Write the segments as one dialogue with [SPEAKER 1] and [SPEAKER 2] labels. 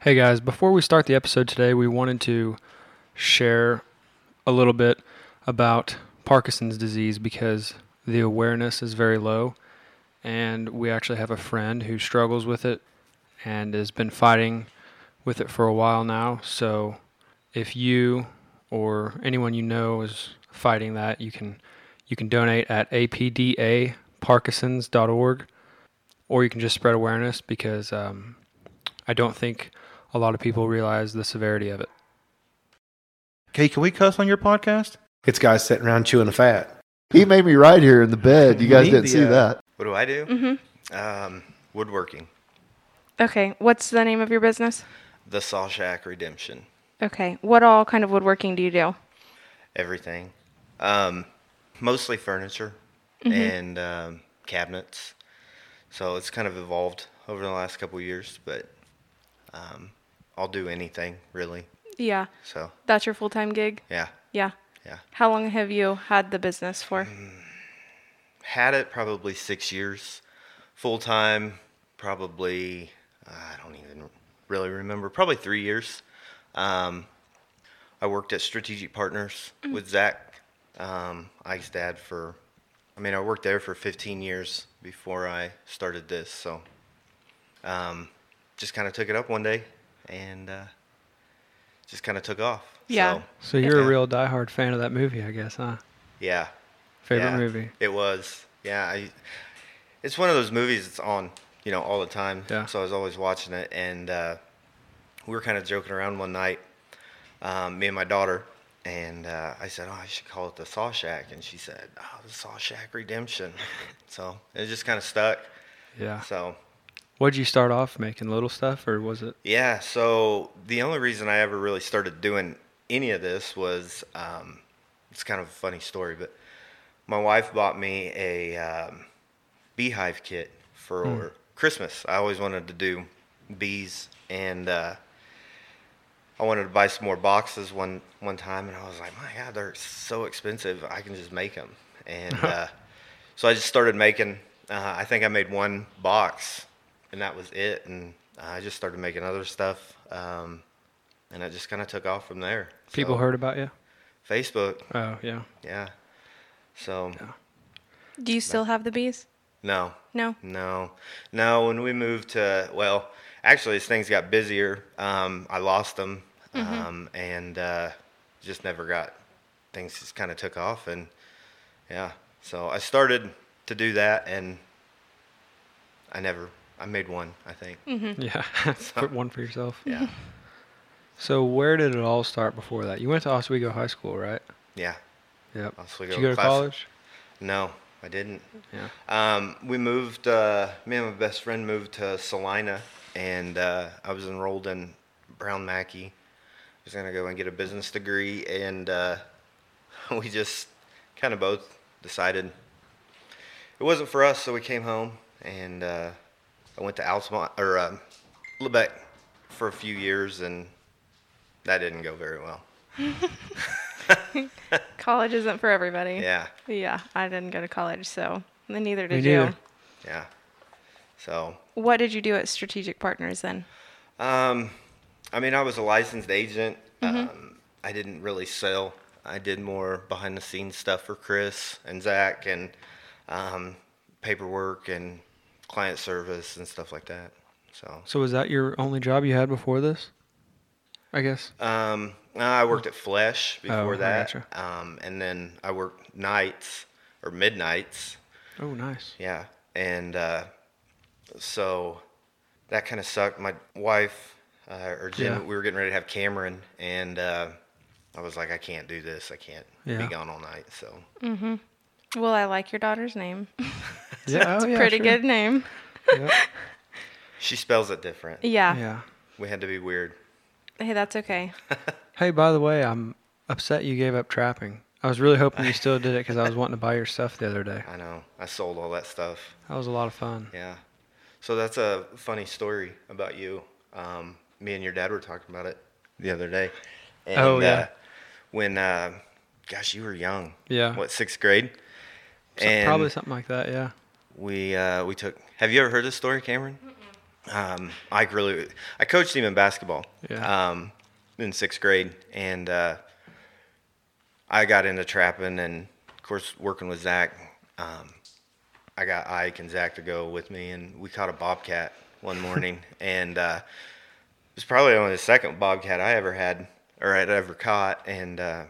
[SPEAKER 1] Hey guys, before we start the episode today, we wanted to share a little bit about Parkinson's disease because the awareness is very low. And we actually have a friend who struggles with it and has been fighting with it for a while now. So if you or anyone you know is fighting that, you can you can donate at apdaparkinsons.org or you can just spread awareness because um, I don't think a lot of people realize the severity of it.
[SPEAKER 2] Okay, can we cuss on your podcast?
[SPEAKER 3] It's guys sitting around chewing a fat.
[SPEAKER 4] He made me right here in the bed. You guys
[SPEAKER 2] Need
[SPEAKER 4] didn't
[SPEAKER 2] the,
[SPEAKER 4] see
[SPEAKER 2] uh,
[SPEAKER 4] that.
[SPEAKER 5] What do I do?
[SPEAKER 6] Mhm.
[SPEAKER 5] Um, woodworking.
[SPEAKER 6] Okay. What's the name of your business?
[SPEAKER 5] The Saw Shack Redemption.
[SPEAKER 6] Okay. What all kind of woodworking do you do?
[SPEAKER 5] Everything. Um, mostly furniture and um, cabinets. So it's kind of evolved over the last couple of years, but um, I'll do anything really.
[SPEAKER 6] Yeah.
[SPEAKER 5] So
[SPEAKER 6] That's your full time gig?
[SPEAKER 5] yeah,
[SPEAKER 6] Yeah.
[SPEAKER 5] Yeah. Mm,
[SPEAKER 6] How long have you had the business for?
[SPEAKER 5] had it probably six years, full time. Probably I don't even really remember. Probably three years. Um, I worked at Strategic Partners with Zach, um, Ike's dad, for, I mean, I worked there for 15 years before I started this. So um, just kind of took it up one day and uh, just kind of took off.
[SPEAKER 6] Yeah.
[SPEAKER 5] So,
[SPEAKER 1] So you're a
[SPEAKER 5] Yeah.
[SPEAKER 1] real diehard fan of that movie, I guess, huh?
[SPEAKER 5] yeah.
[SPEAKER 1] Favorite
[SPEAKER 5] Yeah,
[SPEAKER 1] movie.
[SPEAKER 5] It was. Yeah. I, it's one of those movies that's on, you know, all the time.
[SPEAKER 1] Yeah.
[SPEAKER 5] So I was always watching it. And uh, we were kind of joking around one night, um, me and my daughter. And uh, I said, oh, I should call it the Saw Shack. And she said, oh, the Saw Shack Redemption. so it just kind of stuck.
[SPEAKER 1] Yeah.
[SPEAKER 5] So
[SPEAKER 1] What'd you start off making? Little stuff, or was it?
[SPEAKER 5] yeah, so the only reason I ever really started doing any of this was um, it's kind of a funny story, but my wife bought me a um, beehive kit for
[SPEAKER 1] Hmm.
[SPEAKER 5] Christmas. I always wanted to do bees, and uh, I wanted to buy some more boxes one one time, and I was like, my God, they're so expensive. I can just make them, and uh, so I just started making. Uh, I think I made one box, and that was it. And I just started making other stuff, um, and it just kind of took off from there.
[SPEAKER 1] People
[SPEAKER 5] So,
[SPEAKER 1] heard about you?
[SPEAKER 5] Facebook,
[SPEAKER 1] Oh yeah.
[SPEAKER 5] yeah. So
[SPEAKER 6] Do you still have the bees?
[SPEAKER 5] no,
[SPEAKER 6] No.
[SPEAKER 5] No, no. When we moved to, well, actually, as things got busier, um, I lost them, um, and uh, just never got things. Just kind of took off, and yeah. So I started to do that, and I never. I made one, I think.
[SPEAKER 1] Yeah. Put one for yourself.
[SPEAKER 5] Mm-hmm. Yeah,
[SPEAKER 1] So where did it all start before that? You went to Oswego High School, right?
[SPEAKER 5] yeah.
[SPEAKER 1] Yep.
[SPEAKER 5] Oswego
[SPEAKER 1] Did you go to
[SPEAKER 5] class-
[SPEAKER 1] college?
[SPEAKER 5] No, I didn't.
[SPEAKER 1] Yeah.
[SPEAKER 5] Um, we moved, uh, me and my best friend moved to Salina, and uh, I was enrolled in Brown Mackey. I was going to go and get a business degree, and uh, we just kind of both decided it wasn't for us, so we came home, and uh, I went to Altamont, or um Lebec for a few years, and that didn't go very well.
[SPEAKER 6] College isn't for everybody.
[SPEAKER 5] Yeah,
[SPEAKER 6] Yeah. I didn't go to college, so and neither did
[SPEAKER 1] neither.
[SPEAKER 5] yeah. So
[SPEAKER 6] you. What did you do at Strategic Partners then?
[SPEAKER 5] Um, I mean, I was a licensed agent.
[SPEAKER 1] Mm-hmm.
[SPEAKER 5] Um, I didn't really sell. I did more behind the scenes stuff for Chris and Zach and um, paperwork and client service and stuff like that. So
[SPEAKER 1] So was that your only job you had before this? I guess.
[SPEAKER 5] um, I worked at Flesh
[SPEAKER 1] Oh,
[SPEAKER 5] before
[SPEAKER 1] I
[SPEAKER 5] that.
[SPEAKER 1] gotcha.
[SPEAKER 5] Um, and then I worked nights or midnights
[SPEAKER 1] Oh, nice.
[SPEAKER 5] Yeah, and uh, so that kind of sucked. My wife uh, or Jim,
[SPEAKER 1] Yeah.
[SPEAKER 5] we were getting ready to have Cameron, and uh, I was like, I can't do this. I can't
[SPEAKER 1] Yeah.
[SPEAKER 5] be gone all night. So
[SPEAKER 6] Well, I like your daughter's name.
[SPEAKER 1] Yeah. oh, yeah,
[SPEAKER 6] Pretty
[SPEAKER 1] sure.
[SPEAKER 6] good name.
[SPEAKER 1] Yep.
[SPEAKER 5] she spells it different.
[SPEAKER 6] Yeah.
[SPEAKER 1] yeah.
[SPEAKER 5] We had to be weird.
[SPEAKER 6] Hey, that's okay.
[SPEAKER 1] Hey, by the way, I'm upset you gave up trapping. I was really hoping you still did it because I was wanting to buy your stuff the other day.
[SPEAKER 5] I know. I sold all that stuff.
[SPEAKER 1] That was a lot of fun.
[SPEAKER 5] Yeah. So that's a funny story about you. Um, me and your dad were talking about it the other day. And,
[SPEAKER 1] Oh, yeah.
[SPEAKER 5] Uh, when, uh, gosh, you were young.
[SPEAKER 1] Yeah.
[SPEAKER 5] What, sixth grade?
[SPEAKER 1] So- probably something like that. Yeah.
[SPEAKER 5] we uh, we took. Have you ever heard this story, Cameron? um, Ike really, I coached him in basketball
[SPEAKER 1] Yeah.
[SPEAKER 5] um, in sixth grade, and uh, I got into trapping, and of course, working with Zach, um, I got Ike and Zach to go with me, and we caught a bobcat one morning, and uh, it was probably only the second bobcat I ever had or had ever caught, and uh,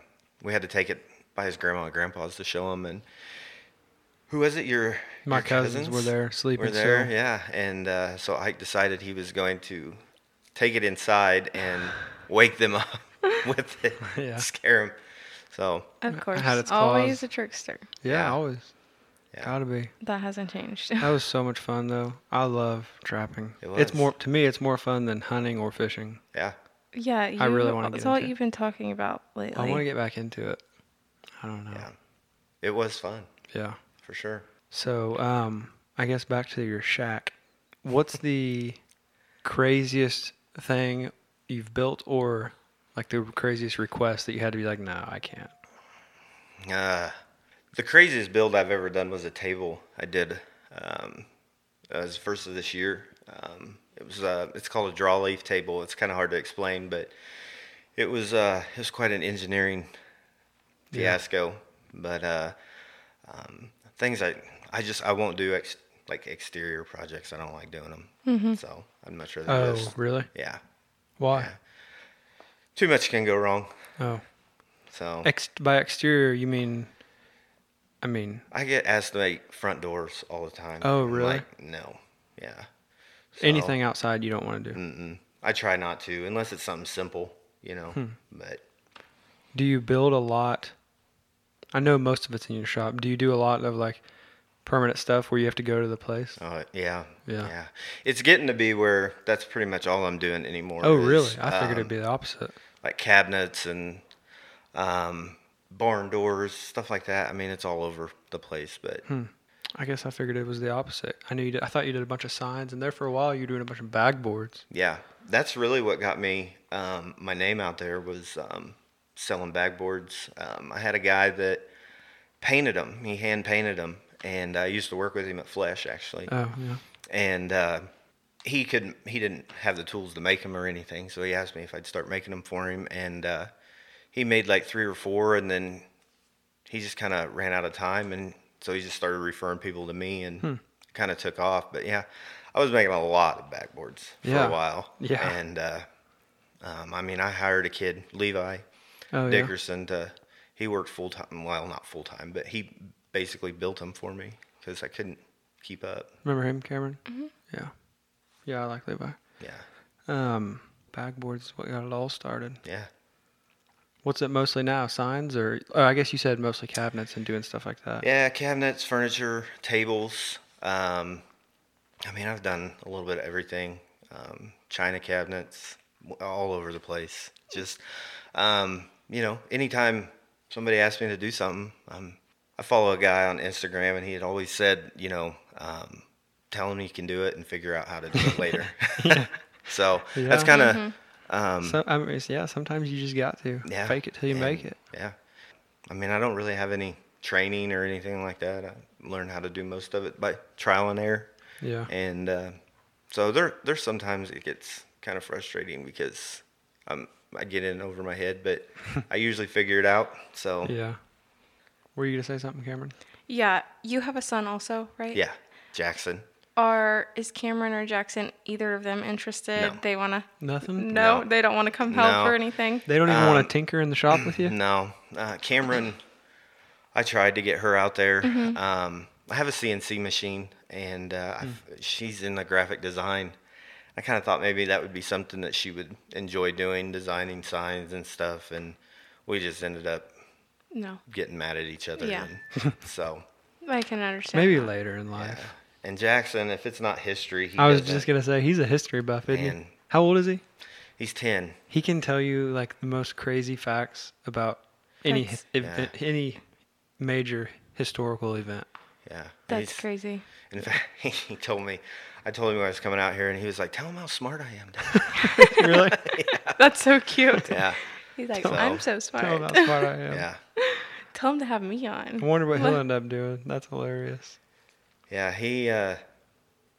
[SPEAKER 5] we had to take it by his grandma and grandpa's to show him, and who was it? Your
[SPEAKER 1] My
[SPEAKER 5] your
[SPEAKER 1] cousins were there sleeping,
[SPEAKER 5] Were there,
[SPEAKER 1] so-
[SPEAKER 5] yeah. And uh, so Ike decided he was going to take it inside and wake them up with it,
[SPEAKER 1] Yeah.
[SPEAKER 5] scare them. So
[SPEAKER 6] Of course.
[SPEAKER 1] had its
[SPEAKER 6] Always
[SPEAKER 1] claws.
[SPEAKER 6] a trickster.
[SPEAKER 1] Yeah,
[SPEAKER 5] Yeah.
[SPEAKER 1] always.
[SPEAKER 5] Yeah.
[SPEAKER 1] Gotta be.
[SPEAKER 6] That hasn't changed.
[SPEAKER 1] That was so much fun though. I love trapping.
[SPEAKER 5] It
[SPEAKER 1] It's
[SPEAKER 5] was.
[SPEAKER 1] more to me. It's more fun than hunting or fishing.
[SPEAKER 5] yeah,
[SPEAKER 6] yeah, you,
[SPEAKER 1] I really wanna
[SPEAKER 6] That's
[SPEAKER 1] get
[SPEAKER 6] all
[SPEAKER 1] into it.
[SPEAKER 6] you've been talking about lately.
[SPEAKER 1] I want to get back into it. I don't know.
[SPEAKER 5] yeah, it was fun
[SPEAKER 1] yeah.
[SPEAKER 5] for sure.
[SPEAKER 1] So, um, I guess back to your shack. What's the craziest thing you've built, or like the craziest request that you had to be like, no, I can't.
[SPEAKER 5] Uh, the craziest build I've ever done was a table I did. Um, it was the first of this year. Um, it was uh, it's called a draw leaf table. It's kind of hard to explain, but it was uh, it was quite an engineering fiasco. But uh, um, things I I just I won't do ex- like exterior projects. I don't like doing them. So I'd much rather
[SPEAKER 1] Oh,
[SPEAKER 5] just
[SPEAKER 1] really?
[SPEAKER 5] yeah.
[SPEAKER 1] Why?
[SPEAKER 5] Too much can go wrong.
[SPEAKER 1] Oh,
[SPEAKER 5] So
[SPEAKER 1] Ex- by exterior you mean? I mean,
[SPEAKER 5] I get asked to make front doors all the time.
[SPEAKER 1] Oh,
[SPEAKER 5] I'm
[SPEAKER 1] really?
[SPEAKER 5] like, no. Yeah. So,
[SPEAKER 1] anything outside you don't want to do.
[SPEAKER 5] Mm-mm. I try not to, unless it's something simple, you know.
[SPEAKER 1] Hmm.
[SPEAKER 5] But
[SPEAKER 1] Do you build a lot? I know most of it's in your shop. Do you do a lot of like permanent stuff where you have to go to the place?
[SPEAKER 5] uh, yeah,
[SPEAKER 1] Yeah.
[SPEAKER 5] It's getting to be where that's pretty much all I'm doing anymore.
[SPEAKER 1] Oh,
[SPEAKER 5] is,
[SPEAKER 1] really? I figured
[SPEAKER 5] um,
[SPEAKER 1] it'd be the opposite.
[SPEAKER 5] like cabinets and um, barn doors, stuff like that. I mean, it's all over the place, but
[SPEAKER 1] I guess I figured it was the opposite. I knew you did, I thought you did a bunch of signs, and there for a while you were doing a bunch of bag boards.
[SPEAKER 5] yeah, that's really what got me um, my name out there was um, selling bag boards. Um, I had a guy that painted them. He hand painted them, and I used to work with him at Flesh actually.
[SPEAKER 1] Oh, yeah.
[SPEAKER 5] and uh, he couldn't. He didn't have the tools to make them or anything, so he asked me if I'd start making them for him, and uh, he made like three or four, and then he just kind of ran out of time, and so he just started referring people to me, and
[SPEAKER 1] Hmm.
[SPEAKER 5] kind of took off. But yeah, I was making a lot of backboards for
[SPEAKER 1] Yeah.
[SPEAKER 5] a while,
[SPEAKER 1] Yeah.
[SPEAKER 5] and uh, um, I mean, I hired a kid, Levi
[SPEAKER 1] Oh, yeah.
[SPEAKER 5] Dickerson, to he worked full time. Well, not full time, but he basically built them for me because I couldn't keep up.
[SPEAKER 1] Remember him, Cameron? Yeah. Yeah, I like Levi.
[SPEAKER 5] Yeah.
[SPEAKER 1] Um, bag boards is what got it all started.
[SPEAKER 5] Yeah.
[SPEAKER 1] What's it mostly now? Signs or? Oh, I guess you said mostly cabinets and doing stuff like that.
[SPEAKER 5] Yeah, cabinets, furniture, tables. Um, I mean, I've done a little bit of everything. Um, china cabinets, w- all over the place. Just, um, you know, anytime somebody asks me to do something, um, I follow a guy on Instagram, and he had always said, you know, um, tell him you can do it and figure out how to do it later. so that's
[SPEAKER 1] Yeah.
[SPEAKER 5] kind of, um,
[SPEAKER 1] So I mean, it's- yeah. Sometimes you just got to
[SPEAKER 5] yeah.
[SPEAKER 1] fake it till you
[SPEAKER 5] and-
[SPEAKER 1] make it.
[SPEAKER 5] Yeah. I mean, I don't really have any training or anything like that. I learned how to do most of it by trial and error.
[SPEAKER 1] Yeah.
[SPEAKER 5] And uh, so there, there's sometimes it gets kind of frustrating because I'm, I get in over my head, but I usually figure it out. So yeah,
[SPEAKER 1] yeah. Were you gonna say something, Cameron?
[SPEAKER 6] yeah, you have a son also, right?
[SPEAKER 5] Jackson.
[SPEAKER 6] Are is Cameron or Jackson either of them interested?
[SPEAKER 5] No.
[SPEAKER 6] They want to
[SPEAKER 1] Nothing.
[SPEAKER 6] no,
[SPEAKER 5] No.
[SPEAKER 6] they don't want to come help
[SPEAKER 5] No.
[SPEAKER 6] or anything.
[SPEAKER 1] They don't even want
[SPEAKER 5] Um,
[SPEAKER 1] to tinker in the shop with you.
[SPEAKER 5] No, uh, Cameron. I tried to get her out there.
[SPEAKER 1] Mm-hmm.
[SPEAKER 5] Um, I have a CNC machine, and uh, I
[SPEAKER 1] Mm.
[SPEAKER 5] f she's in the graphic design. I kind of thought maybe that would be something that she would enjoy doing, designing signs and stuff. And we just ended up
[SPEAKER 6] No,
[SPEAKER 5] getting mad at each other.
[SPEAKER 6] Yeah.
[SPEAKER 5] And so,
[SPEAKER 6] I can understand.
[SPEAKER 1] Maybe
[SPEAKER 6] that.
[SPEAKER 1] later in life.
[SPEAKER 5] and Jackson, if it's not history, he
[SPEAKER 1] I was
[SPEAKER 5] doesn't.
[SPEAKER 1] just gonna say he's a history buff, isn't he?
[SPEAKER 5] Man.
[SPEAKER 1] How old is he?
[SPEAKER 5] He's ten.
[SPEAKER 1] He can tell you like the most crazy facts about any
[SPEAKER 6] That's-
[SPEAKER 1] ev-
[SPEAKER 5] Yeah.
[SPEAKER 1] any major historical event.
[SPEAKER 5] Yeah,
[SPEAKER 6] that's
[SPEAKER 5] He's-
[SPEAKER 6] crazy.
[SPEAKER 5] In fact, he told me, I told him when I was coming out here, and he was like, "Tell him how smart I am." Dad."
[SPEAKER 1] really?
[SPEAKER 6] That's so cute.
[SPEAKER 5] yeah,
[SPEAKER 6] He's like,
[SPEAKER 5] So-
[SPEAKER 6] I'm so smart.
[SPEAKER 1] Tell
[SPEAKER 6] Tell
[SPEAKER 1] him how
[SPEAKER 6] him,
[SPEAKER 1] smart I am.
[SPEAKER 5] yeah.
[SPEAKER 6] to have me on.
[SPEAKER 1] I wonder what he'll end up doing. That's hilarious.
[SPEAKER 5] Yeah, he uh,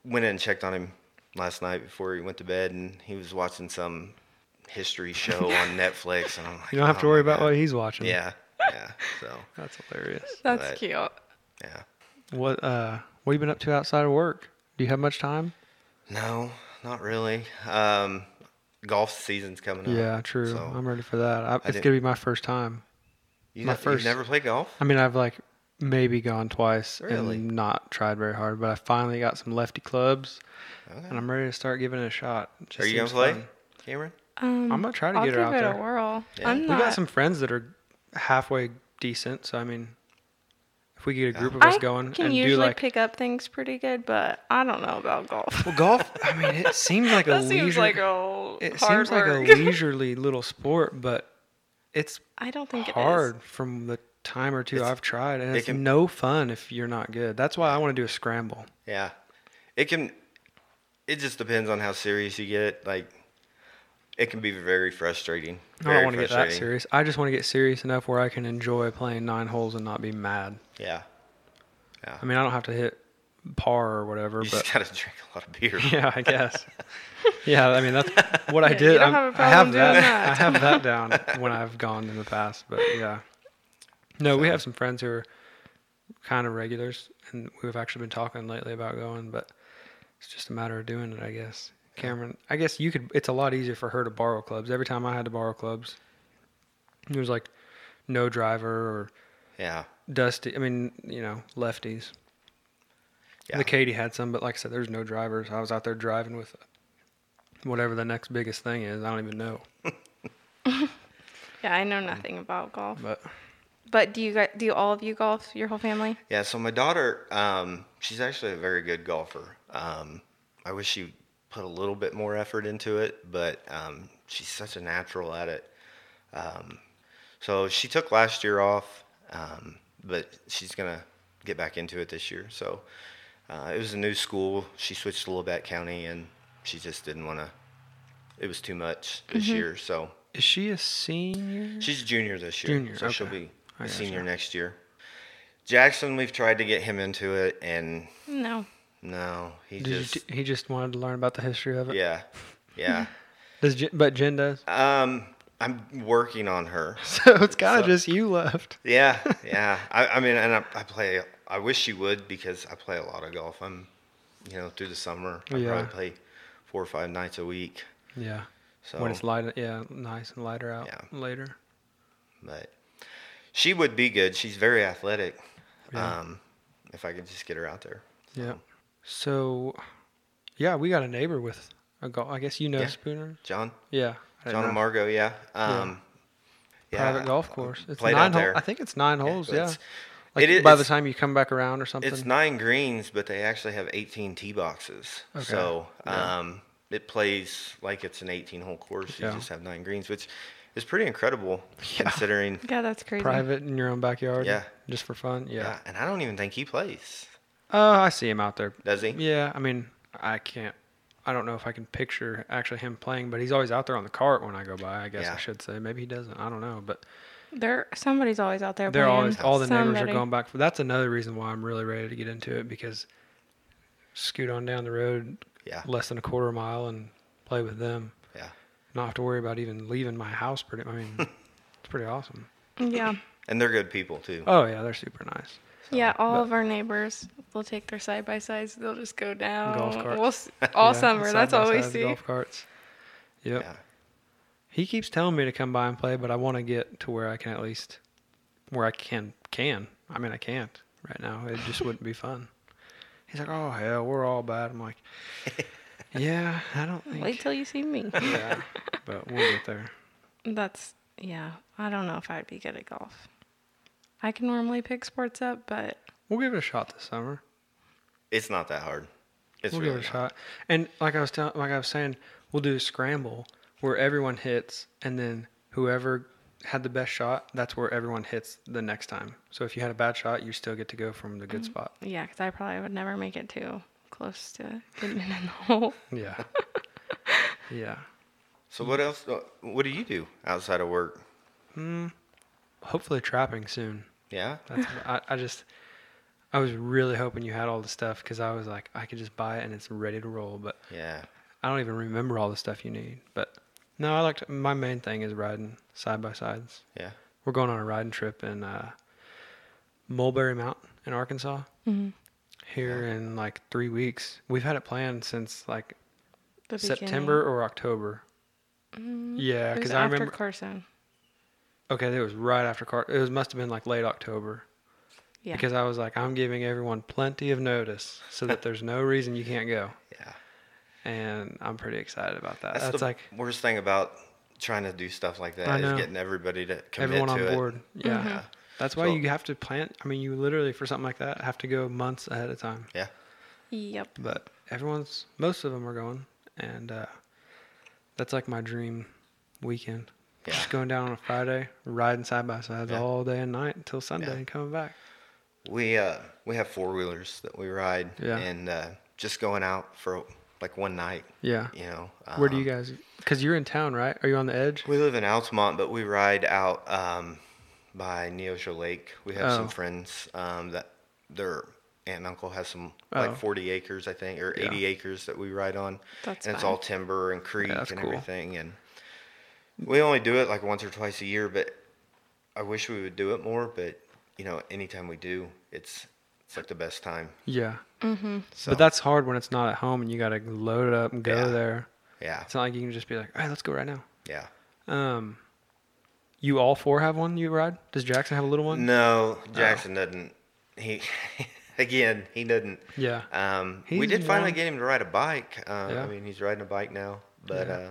[SPEAKER 5] went in and checked on him last night before he went to bed, and he was watching some history show on Netflix, and I'm like,
[SPEAKER 1] You don't have to
[SPEAKER 5] "Oh
[SPEAKER 1] worry
[SPEAKER 5] my
[SPEAKER 1] about
[SPEAKER 5] God."
[SPEAKER 1] what he's watching.
[SPEAKER 5] Yeah, yeah. So
[SPEAKER 1] That's hilarious.
[SPEAKER 6] That's
[SPEAKER 5] Right.
[SPEAKER 6] cute.
[SPEAKER 5] yeah.
[SPEAKER 1] What uh what you been up to outside of work? Do you have much time?
[SPEAKER 5] No, not really. Um, golf season's coming up.
[SPEAKER 1] yeah, true.
[SPEAKER 5] So
[SPEAKER 1] I'm ready for that. I, it's
[SPEAKER 5] didn't-
[SPEAKER 1] gonna be my first time.
[SPEAKER 5] you
[SPEAKER 1] my
[SPEAKER 5] ne-
[SPEAKER 1] first-
[SPEAKER 5] You've never played golf?
[SPEAKER 1] I mean, I've like maybe gone twice
[SPEAKER 5] Really?
[SPEAKER 1] and not tried very hard, but I finally got some lefty clubs, and I'm ready to start giving it a shot. It just
[SPEAKER 5] Are you gonna
[SPEAKER 1] seems
[SPEAKER 5] play,
[SPEAKER 1] fun.
[SPEAKER 5] Cameron?
[SPEAKER 6] Um,
[SPEAKER 1] I'm gonna try to
[SPEAKER 6] I'll
[SPEAKER 1] get
[SPEAKER 6] give
[SPEAKER 1] her out
[SPEAKER 6] it
[SPEAKER 1] there.
[SPEAKER 6] a whirl.
[SPEAKER 5] Yeah.
[SPEAKER 6] I'm
[SPEAKER 5] We
[SPEAKER 1] We
[SPEAKER 6] not.
[SPEAKER 1] got some friends that are halfway decent, so I mean, if we get a group of us
[SPEAKER 6] I
[SPEAKER 1] going
[SPEAKER 6] can
[SPEAKER 1] and
[SPEAKER 6] usually
[SPEAKER 1] do like
[SPEAKER 6] pick up things pretty good, but I don't know about golf.
[SPEAKER 1] well, golf. I mean, it seems like a
[SPEAKER 6] that seems
[SPEAKER 1] leisure.
[SPEAKER 6] like a
[SPEAKER 1] it
[SPEAKER 6] hard
[SPEAKER 1] seems
[SPEAKER 6] work.
[SPEAKER 1] like a leisurely little sport, but it's
[SPEAKER 6] I don't think
[SPEAKER 1] hard from the time or two
[SPEAKER 5] It's-
[SPEAKER 1] I've tried, and
[SPEAKER 5] it
[SPEAKER 1] it's
[SPEAKER 5] can-
[SPEAKER 1] no fun if you're not good. That's why I want to do a scramble.
[SPEAKER 5] Yeah. It can. It just depends on how serious you get. Like, it can be very frustrating.
[SPEAKER 1] I
[SPEAKER 5] Very
[SPEAKER 1] don't want to get that
[SPEAKER 5] frustrating.
[SPEAKER 1] serious. I just want to get serious enough where I can enjoy playing nine holes and not be mad.
[SPEAKER 5] Yeah.
[SPEAKER 1] I mean, I don't have to hit par or whatever,
[SPEAKER 5] You
[SPEAKER 1] but
[SPEAKER 5] just gotta drink a lot of beer.
[SPEAKER 1] yeah, I guess. yeah, I mean that's what I
[SPEAKER 6] Yeah, you
[SPEAKER 1] did. I'm-
[SPEAKER 6] don't have a
[SPEAKER 1] I have
[SPEAKER 6] problem
[SPEAKER 1] that.
[SPEAKER 6] doing
[SPEAKER 1] I have that down when I've gone in the past, but yeah. No, we have some friends who are kind of regulars, and we've actually been talking lately about going, but it's just a matter of doing it, I guess. Cameron, I guess you could. It's a lot easier for her to borrow clubs. Every time I had to borrow clubs, it was like no driver or
[SPEAKER 5] Yeah.
[SPEAKER 1] dusty. I mean, you know, lefties.
[SPEAKER 5] Yeah.
[SPEAKER 1] The Katie had some, but like I said, there's no drivers. I was out there driving with whatever the next biggest thing is. I don't even know.
[SPEAKER 6] it is. Yeah, I know nothing about golf.
[SPEAKER 1] But
[SPEAKER 6] But do you guys, do all of you golf? Your whole family?
[SPEAKER 5] Yeah, so my daughter, um, she's actually a very good golfer. Um, I wish she put a little bit more effort into it, but um, she's such a natural at it. Um, so she took last year off, um, but she's gonna get back into it this year. So uh, it was a new school. She switched to Lovat County, and she just didn't want to. It was too much this year, so
[SPEAKER 1] is she a senior?
[SPEAKER 5] She's a junior this year.
[SPEAKER 1] Junior,
[SPEAKER 5] So she'll
[SPEAKER 1] okay.
[SPEAKER 5] be
[SPEAKER 1] I
[SPEAKER 5] a
[SPEAKER 1] gotcha.
[SPEAKER 5] senior next year. Jackson, we've tried to get him into it, and
[SPEAKER 6] No.
[SPEAKER 5] no, he
[SPEAKER 1] Did you
[SPEAKER 5] just
[SPEAKER 1] t- he just wanted to learn about the history of it.
[SPEAKER 5] yeah, yeah.
[SPEAKER 1] Does Jen, but Jen does.
[SPEAKER 5] um, I'm working on her.
[SPEAKER 1] So it's kind of just you left.
[SPEAKER 5] Yeah, yeah. I, I mean, and I, I play. I wish she would because I play a lot of golf. I'm, you know, through the summer, I
[SPEAKER 1] Yeah.
[SPEAKER 5] probably play four or five nights a week.
[SPEAKER 1] Yeah.
[SPEAKER 5] So
[SPEAKER 1] When it's light, yeah, nice and lighter out
[SPEAKER 5] Yeah.
[SPEAKER 1] later.
[SPEAKER 5] but she would be good. She's very athletic.
[SPEAKER 1] Yeah.
[SPEAKER 5] Um, if I could just get her out there.
[SPEAKER 1] Yeah. So, yeah, we got a neighbor with a golf. I guess you know
[SPEAKER 5] Yeah.
[SPEAKER 1] Spooner.
[SPEAKER 5] John,
[SPEAKER 1] Yeah. I didn't
[SPEAKER 5] John
[SPEAKER 1] know.
[SPEAKER 5] and Margot, yeah. Um, yeah.
[SPEAKER 1] private golf course. It's
[SPEAKER 5] played
[SPEAKER 1] nine
[SPEAKER 5] out
[SPEAKER 1] hole-
[SPEAKER 5] there.
[SPEAKER 1] I think it's nine holes.
[SPEAKER 5] so
[SPEAKER 1] Yeah.
[SPEAKER 5] it's-
[SPEAKER 1] Like
[SPEAKER 5] it is-
[SPEAKER 1] by the
[SPEAKER 5] it's-
[SPEAKER 1] time you come back around or something.
[SPEAKER 5] It's nine greens, but they actually have 18 tee boxes.
[SPEAKER 1] Okay.
[SPEAKER 5] So um, it plays like it's an 18 hole course. You
[SPEAKER 1] Yeah.
[SPEAKER 5] just have nine greens, which is pretty incredible considering.
[SPEAKER 6] Yeah, that's crazy.
[SPEAKER 1] private in your own backyard.
[SPEAKER 5] Yeah.
[SPEAKER 1] Just for fun. Yeah.
[SPEAKER 5] Yeah. And I don't even think he plays,
[SPEAKER 1] Oh, I see him out there.
[SPEAKER 5] does he?
[SPEAKER 1] Yeah. I mean, I can't. I don't know if I can picture actually him playing, but he's always out there on the cart when I go by. I guess I
[SPEAKER 5] Yeah.
[SPEAKER 1] should say maybe he doesn't. I don't know, but
[SPEAKER 6] There, somebody's always out there.
[SPEAKER 1] they're
[SPEAKER 6] playing.
[SPEAKER 1] always all the neighbors
[SPEAKER 6] Somebody.
[SPEAKER 1] are going back. For, that's another reason why I'm really ready to get into it because scoot on down the road
[SPEAKER 5] Yeah.
[SPEAKER 1] less than a quarter mile and play with them.
[SPEAKER 5] Yeah.
[SPEAKER 1] Not have to worry about even leaving my house. Pretty. I mean, it's pretty awesome.
[SPEAKER 6] Yeah,
[SPEAKER 5] And they're good people, too.
[SPEAKER 1] Oh yeah, they're super nice.
[SPEAKER 6] yeah. All
[SPEAKER 1] but-
[SPEAKER 6] of our neighbors, they'll take their side by sides. They'll just go down.
[SPEAKER 1] Golf carts.
[SPEAKER 6] We'll, s- all
[SPEAKER 1] Yeah,
[SPEAKER 6] summer. That's all we
[SPEAKER 1] side-by-sides,
[SPEAKER 6] see.
[SPEAKER 1] Golf carts. Yep.
[SPEAKER 5] Yeah.
[SPEAKER 1] He keeps telling me to come by and play, but I want to get to where I can at least, where I can can. I mean, I can't right now. It just wouldn't be fun. He's like, "Oh hell, we're all bad." I'm like, "Yeah, I don't think."
[SPEAKER 6] Wait till you see me.
[SPEAKER 1] yeah, but we'll get there.
[SPEAKER 6] That's yeah. I don't know if I'd be good at golf. I can normally pick sports up, but
[SPEAKER 1] We'll give it a shot this summer.
[SPEAKER 5] It's not that hard. It's
[SPEAKER 1] we'll
[SPEAKER 5] really
[SPEAKER 1] give it a
[SPEAKER 5] not.
[SPEAKER 1] shot. And like I was telling, like I was saying, we'll do a scramble where everyone hits, and then whoever had the best shot, that's where everyone hits the next time. So if you had a bad shot, you still get to go from the good spot.
[SPEAKER 6] yeah, because I probably would never make it too close to getting in the hole.
[SPEAKER 1] Yeah. yeah.
[SPEAKER 5] So what else? uh, What do you do outside of work?
[SPEAKER 1] Hopefully trapping soon.
[SPEAKER 5] Yeah.
[SPEAKER 1] That's I, I just I was really hoping you had all the stuff because I was like, I could just buy it and it's ready to roll. But
[SPEAKER 5] Yeah.
[SPEAKER 1] I don't even remember all the stuff you need. But no, I like to, my main thing is riding side by sides.
[SPEAKER 5] Yeah.
[SPEAKER 1] We're going on a riding trip in uh, Mulberry Mountain in Arkansas
[SPEAKER 6] Mhm.
[SPEAKER 1] here in like three weeks. We've had it planned since like
[SPEAKER 6] The
[SPEAKER 1] September or October.
[SPEAKER 6] beginning. Mm,
[SPEAKER 1] Yeah,
[SPEAKER 6] it was
[SPEAKER 1] because I
[SPEAKER 6] after
[SPEAKER 1] remember.
[SPEAKER 6] Carson.
[SPEAKER 1] Okay, it was right after Car. It was must have been like late October.
[SPEAKER 6] Yeah.
[SPEAKER 1] Because I was like, I'm giving everyone plenty of notice so that there's no reason you can't go,
[SPEAKER 5] Yeah.
[SPEAKER 1] and I'm pretty excited about that.
[SPEAKER 5] That's,
[SPEAKER 1] That's,
[SPEAKER 5] the
[SPEAKER 1] like
[SPEAKER 5] worst thing about trying to do stuff like
[SPEAKER 1] I
[SPEAKER 5] that is
[SPEAKER 1] know.
[SPEAKER 5] getting everybody to commit
[SPEAKER 1] everyone on
[SPEAKER 5] to it.
[SPEAKER 1] board. Yeah.
[SPEAKER 5] Yeah.
[SPEAKER 1] That's why
[SPEAKER 5] So-
[SPEAKER 1] you have to plan. I mean, you literally for something like that have to go months ahead of time.
[SPEAKER 5] Yeah.
[SPEAKER 6] Yep.
[SPEAKER 1] But everyone's most of them are going, and uh, that's like my dream weekend.
[SPEAKER 5] Yeah.
[SPEAKER 1] Just going down on a Friday, riding side by sides
[SPEAKER 5] Yeah.
[SPEAKER 1] all day and night until Sunday,
[SPEAKER 5] Yeah.
[SPEAKER 1] and coming back.
[SPEAKER 5] We uh we have four wheelers that we ride
[SPEAKER 1] Yeah.
[SPEAKER 5] and uh, just going out for like one night,
[SPEAKER 1] Yeah.
[SPEAKER 5] you know.
[SPEAKER 1] Where do you
[SPEAKER 5] um,
[SPEAKER 1] guys? Because you're in town, right? Are you on the edge?
[SPEAKER 5] We live in Altamont, but we ride out um, by Neosho Lake. We have
[SPEAKER 1] Oh.
[SPEAKER 5] some friends um, that their aunt and uncle has some
[SPEAKER 1] Oh.
[SPEAKER 5] like 40 acres, I think, or 80 acres that we ride on.
[SPEAKER 6] That's
[SPEAKER 5] and it's
[SPEAKER 6] fun.
[SPEAKER 5] all timber and creek
[SPEAKER 1] that's
[SPEAKER 5] and
[SPEAKER 1] cool.
[SPEAKER 5] everything. And we only do it like once or twice a year, but I wish we would do it more. But you know, anytime we do, it's it's like the best time.
[SPEAKER 1] Yeah.
[SPEAKER 5] So
[SPEAKER 1] But that's hard when it's not at home and you got to load it up and go
[SPEAKER 5] Yeah.
[SPEAKER 1] there.
[SPEAKER 5] yeah,
[SPEAKER 1] It's not like you can just be like, all right, let's go right now.
[SPEAKER 5] yeah.
[SPEAKER 1] Um, you all four have one you ride? Does Jackson have a little one?
[SPEAKER 5] No,
[SPEAKER 1] oh.
[SPEAKER 5] Jackson doesn't. He again, he doesn't.
[SPEAKER 1] Yeah.
[SPEAKER 5] Um, we
[SPEAKER 1] He's
[SPEAKER 5] did finally
[SPEAKER 1] young.
[SPEAKER 5] get him to ride a bike. Uh,
[SPEAKER 1] Yeah.
[SPEAKER 5] I mean, he's riding a bike now, but uh,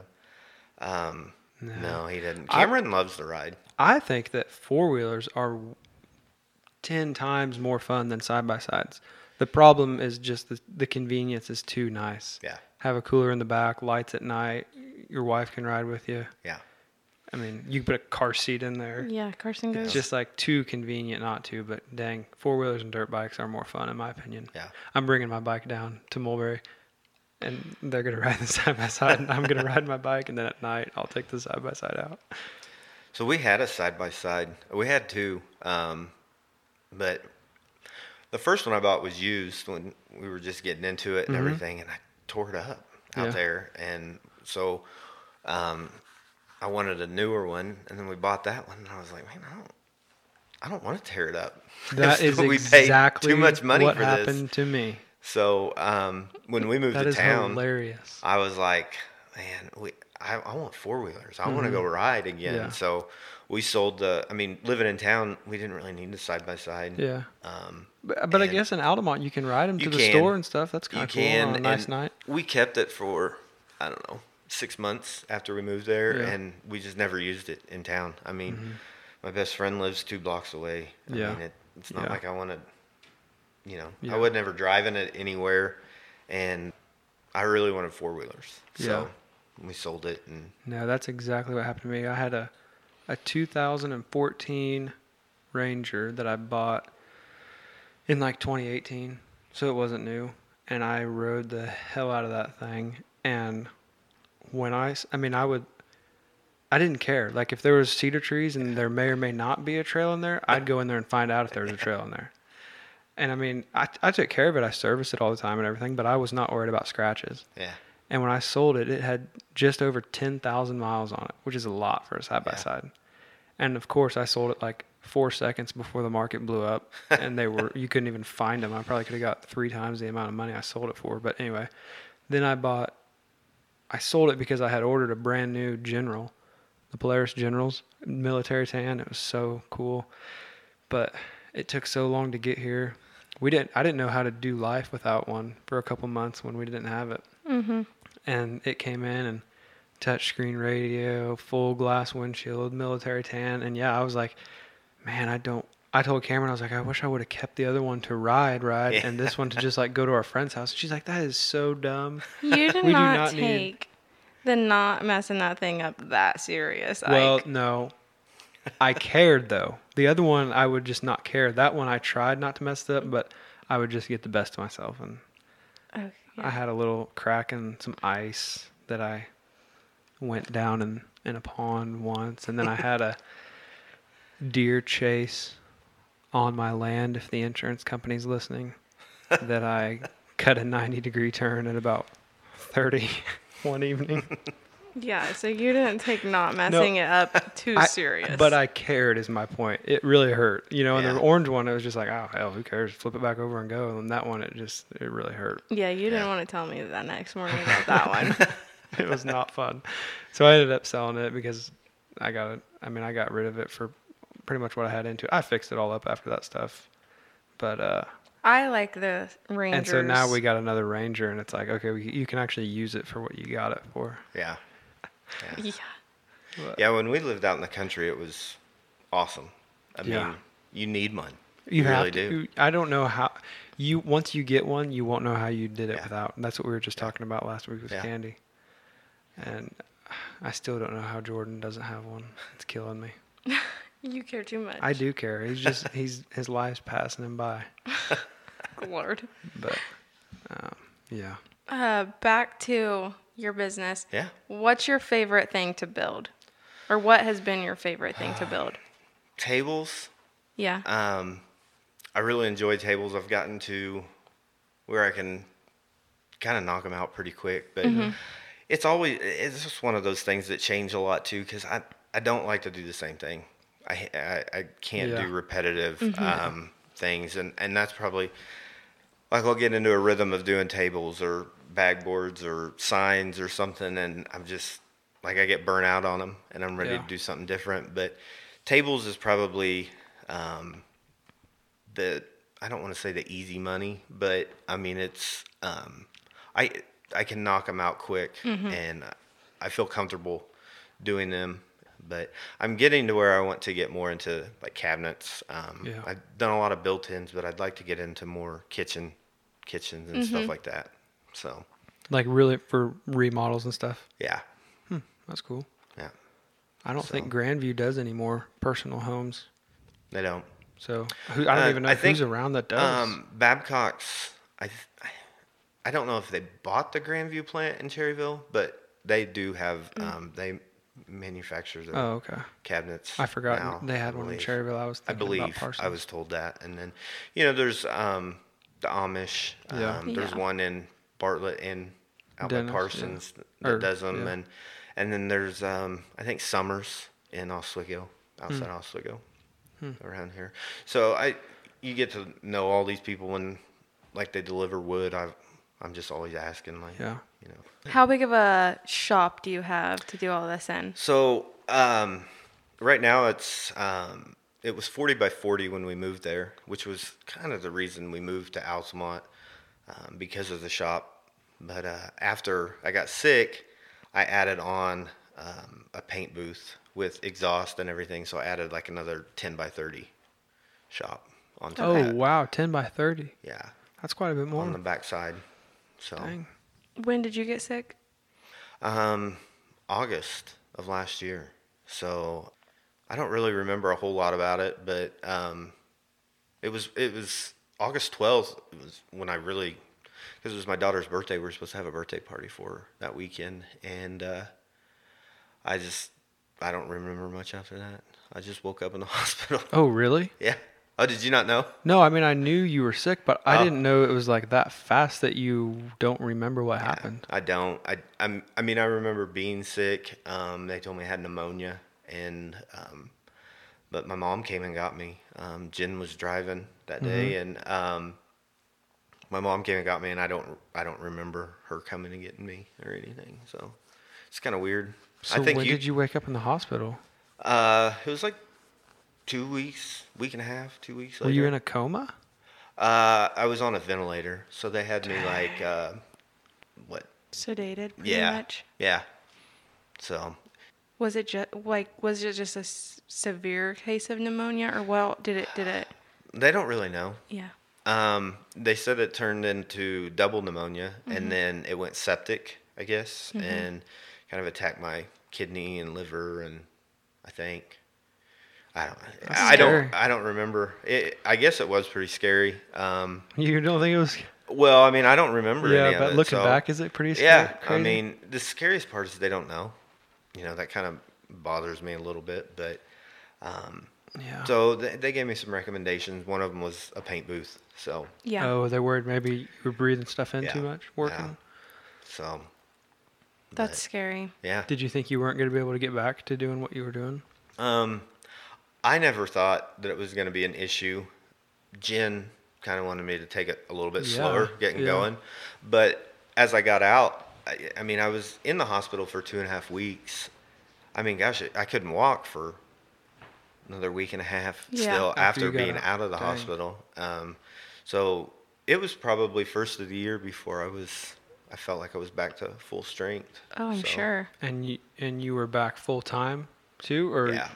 [SPEAKER 5] um, no. he didn't.
[SPEAKER 1] I-
[SPEAKER 5] Cameron loves to ride.
[SPEAKER 1] I think that four wheelers are 10 times more fun than side by sides. The problem is just the, the convenience is too nice.
[SPEAKER 5] Yeah.
[SPEAKER 1] Have a cooler in the back, lights at night, your wife can ride with you.
[SPEAKER 5] Yeah,
[SPEAKER 1] I mean, you can put a car seat in there.
[SPEAKER 6] Yeah, Carson goes.
[SPEAKER 1] It's just like too convenient not to, but dang, four wheelers and dirt bikes are more fun in my opinion.
[SPEAKER 5] Yeah.
[SPEAKER 1] I'm bringing my bike down to Mulberry and they're going to ride the side by side and I'm going to ride my bike and then at night I'll take the side by side out.
[SPEAKER 5] so we had a side by side. We had two, um, but the first one I bought was used when we were just getting into it and everything, and I tore it up out
[SPEAKER 1] Mm-hmm. Yeah.
[SPEAKER 5] there, and so um, I wanted a newer one, and then we bought that one, and I was like, man, I don't. I don't want to tear it up.
[SPEAKER 1] That is
[SPEAKER 5] we paid
[SPEAKER 1] exactly
[SPEAKER 5] too much money
[SPEAKER 1] what
[SPEAKER 5] for this.
[SPEAKER 1] happened to me.
[SPEAKER 5] So um, when we moved
[SPEAKER 1] That
[SPEAKER 5] to
[SPEAKER 1] is
[SPEAKER 5] town,
[SPEAKER 1] hilarious.
[SPEAKER 5] I was like, man, we, I, I want four wheelers. I want to go ride again.
[SPEAKER 1] Mm-hmm. Yeah.
[SPEAKER 5] So we sold the. I mean, living in town, we didn't really need the side by side.
[SPEAKER 1] Yeah.
[SPEAKER 5] Um,
[SPEAKER 1] But, but I
[SPEAKER 5] and
[SPEAKER 1] guess in Altamont you can ride them to
[SPEAKER 5] you
[SPEAKER 1] the
[SPEAKER 5] can.
[SPEAKER 1] store and stuff. That's
[SPEAKER 5] you
[SPEAKER 1] kind of cool
[SPEAKER 5] can.
[SPEAKER 1] on a nice
[SPEAKER 5] and
[SPEAKER 1] night.
[SPEAKER 5] We kept it for, I don't know, six months after we moved there,
[SPEAKER 1] Yeah. Mm-hmm.
[SPEAKER 5] and we just never used it in town. I mean, my best friend lives two blocks away. I
[SPEAKER 1] Yeah.
[SPEAKER 5] mean, it, it's not
[SPEAKER 1] Yeah.
[SPEAKER 5] like I want to, you know,
[SPEAKER 1] Yeah.
[SPEAKER 5] I would never driving it anywhere, and I really wanted four wheelers. So we sold it, and
[SPEAKER 1] No, that's exactly what happened to me. I had a a 2014 Ranger that I bought in like 2018, so it wasn't new, and I rode the hell out of that thing. And when I, s- I mean, I would, I didn't care. Like if there was cedar trees and there may or may not be a trail in there, I'd go in there and find out if there was a trail in there. And I mean, I, I took care of it. I serviced it all the time and everything, but I was not worried about scratches.
[SPEAKER 5] yeah,
[SPEAKER 1] And when I sold it, it had just over 10,000 miles on it, which is a lot for a side by side. And of course, I sold it like four seconds before the market blew up, and they were you couldn't even find them. I probably could have got three times the amount of money I sold it for. But anyway, then I bought, I sold it because I had ordered a brand new General, the Polaris Generals, military tan. It was so cool, but it took so long to get here. We didn't. I didn't know how to do life without one for a couple months when we didn't have it and it came in and touchscreen radio, full glass windshield, military tan, and yeah, I was like, man, I don't. I told Cameron, I was like, I wish I would have kept the other one to ride, ride, and this one to just like go to our friend's house. And she's like, that is so dumb.
[SPEAKER 6] You did
[SPEAKER 1] We do
[SPEAKER 6] not,
[SPEAKER 1] not need-
[SPEAKER 6] take the not messing that thing up that serious.
[SPEAKER 1] Well,
[SPEAKER 6] Ike.
[SPEAKER 1] no, I cared though. The other one, I would just not care. That one, I tried not to mess it up, but I would just get the best of myself, and
[SPEAKER 6] Okay,
[SPEAKER 1] I had a little crack in some ice that I went down in, in a pond once, and then I had a deer chase on my land if the insurance company's listening that I cut a 90 degree turn at about 30 one evening.
[SPEAKER 6] Yeah, so you didn't take not messing it up too
[SPEAKER 1] I-
[SPEAKER 6] serious.
[SPEAKER 1] But I cared is my point. It really hurt. You know, and
[SPEAKER 5] Yeah.
[SPEAKER 1] the orange one, it was just like, oh, hell, who cares? Flip it back over and go. And that one, it just, it really hurt.
[SPEAKER 6] yeah, you didn't want to tell me that next morning about that one.
[SPEAKER 1] it was not fun. So I ended up selling it because I got it. I mean, I got rid of it for pretty much what I had into. it. I fixed it all up after that stuff. But uh
[SPEAKER 6] I like the Rangers.
[SPEAKER 1] and so now we got another Ranger and it's like, okay, we, you can actually use it for what you got it for.
[SPEAKER 5] Yeah.
[SPEAKER 6] Yeah.
[SPEAKER 5] Yeah, when we lived out in the country, it was awesome. I mean,
[SPEAKER 1] Yeah.
[SPEAKER 5] you need one.
[SPEAKER 1] You, have
[SPEAKER 5] really
[SPEAKER 1] to,
[SPEAKER 5] do.
[SPEAKER 1] you- I don't know how you once you get one, you won't know how you did it
[SPEAKER 5] Yeah.
[SPEAKER 1] without. That's what we were just talking about last week with
[SPEAKER 5] Yeah.
[SPEAKER 1] Candy. And I still don't know how Jordan doesn't have one. It's killing me.
[SPEAKER 6] You care too much.
[SPEAKER 1] I do care. He's just he's his life's passing him by.
[SPEAKER 6] Lord.
[SPEAKER 1] But um, yeah.
[SPEAKER 6] Uh, back to your business.
[SPEAKER 5] Yeah.
[SPEAKER 6] What's your favorite thing to build? Or what has been your favorite thing to build?
[SPEAKER 5] Tables.
[SPEAKER 6] Yeah.
[SPEAKER 5] Um, I really enjoy tables. I've gotten to where I can kind of knock them out pretty quick, but it's always it's just one of those things that change a lot too because I I don't like to do the same thing. I I, I can't
[SPEAKER 1] Yeah.
[SPEAKER 5] do repetitive um, things, and and that's probably like I'll get into a rhythm of doing tables or bag boards or signs or something, and I'm just like I get burnt out on them, and I'm ready
[SPEAKER 1] Yeah.
[SPEAKER 5] to do something different. But tables is probably um, the I don't want to say the easy money, but I mean it's um, I I can knock them out quick, and I feel comfortable doing them. But I'm getting to where I want to get more into like cabinets. Um,
[SPEAKER 1] Yeah.
[SPEAKER 5] I've done a lot of built-ins, but I'd like to get into more kitchen kitchens and stuff like that. So
[SPEAKER 1] Like really for remodels and stuff.
[SPEAKER 5] yeah,
[SPEAKER 1] That's cool.
[SPEAKER 5] yeah,
[SPEAKER 1] I don't think Grandview does anymore personal homes.
[SPEAKER 5] they don't.
[SPEAKER 1] So who, I don't
[SPEAKER 5] Uh,
[SPEAKER 1] even know
[SPEAKER 5] I
[SPEAKER 1] who's
[SPEAKER 5] think,
[SPEAKER 1] around that does.
[SPEAKER 5] Um, Babcock's, I, th- I don't know if they bought the Grandview plant in Cherryville, but they do have, um, they manufacture their
[SPEAKER 1] Mm. oh, okay.
[SPEAKER 5] cabinets.
[SPEAKER 1] I forgot
[SPEAKER 5] now,
[SPEAKER 1] they had
[SPEAKER 5] I
[SPEAKER 1] one in
[SPEAKER 5] believe.
[SPEAKER 1] Cherryville. I was
[SPEAKER 5] I
[SPEAKER 1] thinking about
[SPEAKER 5] believe
[SPEAKER 1] Parsons.
[SPEAKER 5] I was told that, and then you know, there's um, the Amish.
[SPEAKER 1] Yeah.
[SPEAKER 5] Um, there's
[SPEAKER 6] Yeah.
[SPEAKER 5] one in Bartlett and out by
[SPEAKER 1] Dennis, yeah.
[SPEAKER 5] Parsons that
[SPEAKER 1] Or,
[SPEAKER 5] does them,
[SPEAKER 1] yeah.
[SPEAKER 5] and and then there's um, I think Summers in Oswego,
[SPEAKER 1] Hmm.
[SPEAKER 5] outside Oswego, around here. So I, you get to know all these people when, like, they deliver wood. I, I'm just always asking, like,
[SPEAKER 1] Yeah.
[SPEAKER 5] you know.
[SPEAKER 6] How big of a shop do you have to do all this in?
[SPEAKER 5] So um, right now it's um, it was 40 by 40 when we moved there, which was kind of the reason we moved to Altamont um, because of the shop. But uh, after I got sick, I added on um, a paint booth with exhaust and everything, so I added like another 10 by 30 shop onto
[SPEAKER 1] Oh
[SPEAKER 5] that.
[SPEAKER 1] wow, ten by thirty.
[SPEAKER 5] Yeah,
[SPEAKER 1] That's quite a bit more.
[SPEAKER 5] on the backside. So
[SPEAKER 1] Dang.
[SPEAKER 6] When did you get sick?
[SPEAKER 5] Um, August of last year. So I don't really remember a whole lot about it, but um, it was it was August twelfth was when I really because it was my daughter's birthday. We were supposed to have a birthday party for her that weekend, and uh, I just I don't remember much after that. I just woke up in the hospital.
[SPEAKER 1] Oh really?
[SPEAKER 5] yeah. Oh, did you not know?
[SPEAKER 1] No, I mean I knew you were sick, but I
[SPEAKER 5] Oh.
[SPEAKER 1] didn't know it was like that fast that you don't remember what happened.
[SPEAKER 5] I don't. I I'm, I mean, I remember being sick. Um, they told me I had pneumonia, and um, but my mom came and got me. Um, Jen was driving that
[SPEAKER 1] Mm-hmm.
[SPEAKER 5] day, and um, my mom came and got me, and I don't I don't remember her coming and getting me or anything. So it's kind of weird.
[SPEAKER 1] So
[SPEAKER 5] I think
[SPEAKER 1] when
[SPEAKER 5] you,
[SPEAKER 1] did you wake up in the hospital?
[SPEAKER 5] Uh, it was like two weeks, week and a half, two weeks.
[SPEAKER 1] Were you
[SPEAKER 5] later.
[SPEAKER 1] in a coma?
[SPEAKER 5] Uh, I was on a ventilator, so they had me like uh, what
[SPEAKER 6] Sedated, pretty
[SPEAKER 5] yeah.
[SPEAKER 6] much.
[SPEAKER 5] Yeah. So
[SPEAKER 6] Was it just like was it just a s- severe case of pneumonia, or well, did it did it?
[SPEAKER 5] they don't really know.
[SPEAKER 6] Yeah.
[SPEAKER 5] Um, they said it turned into double pneumonia
[SPEAKER 1] Mm-hmm.
[SPEAKER 5] and then it went septic, I guess, and kind of attacked my kidney and liver and I think I don't I, I
[SPEAKER 1] scary.
[SPEAKER 5] don't I don't remember. It, I guess it was pretty scary. Um,
[SPEAKER 1] You don't think it was?
[SPEAKER 5] well, I mean, I don't remember any
[SPEAKER 1] Yeah,
[SPEAKER 5] of
[SPEAKER 1] but
[SPEAKER 5] it,
[SPEAKER 1] looking
[SPEAKER 5] so-
[SPEAKER 1] back, is it pretty? scary?
[SPEAKER 5] yeah, I
[SPEAKER 1] crazy?
[SPEAKER 5] mean, the scariest part is they don't know. You know, that kind of bothers me a little bit, but um,
[SPEAKER 1] Yeah.
[SPEAKER 5] So they, they gave me some recommendations. One of them was a paint booth. So
[SPEAKER 6] Yeah.
[SPEAKER 1] Oh, they're worried maybe you were breathing stuff in
[SPEAKER 5] Yeah.
[SPEAKER 1] too much working.
[SPEAKER 5] Yeah. so
[SPEAKER 6] That's scary.
[SPEAKER 5] yeah.
[SPEAKER 1] Did you think you weren't going to be able to get back to doing what you were doing?
[SPEAKER 5] Um, I never thought that it was going to be an issue. Jen kind of wanted me to take it a little bit
[SPEAKER 1] Yeah,
[SPEAKER 5] slower, getting
[SPEAKER 1] yeah.
[SPEAKER 5] going. But as I got out, I, I mean, I was in the hospital for two and a half weeks. I mean, gosh, I couldn't walk for another week and a half
[SPEAKER 6] Yeah.
[SPEAKER 5] still
[SPEAKER 1] After
[SPEAKER 5] after,
[SPEAKER 1] you got
[SPEAKER 5] being
[SPEAKER 1] out.
[SPEAKER 5] out of the
[SPEAKER 1] Dang.
[SPEAKER 5] hospital. Um, so it was probably first of the year before I was. I felt like I was back to full strength.
[SPEAKER 6] Oh, I'm
[SPEAKER 5] So,
[SPEAKER 6] sure.
[SPEAKER 1] And you and you were back full time too, or
[SPEAKER 5] Yeah.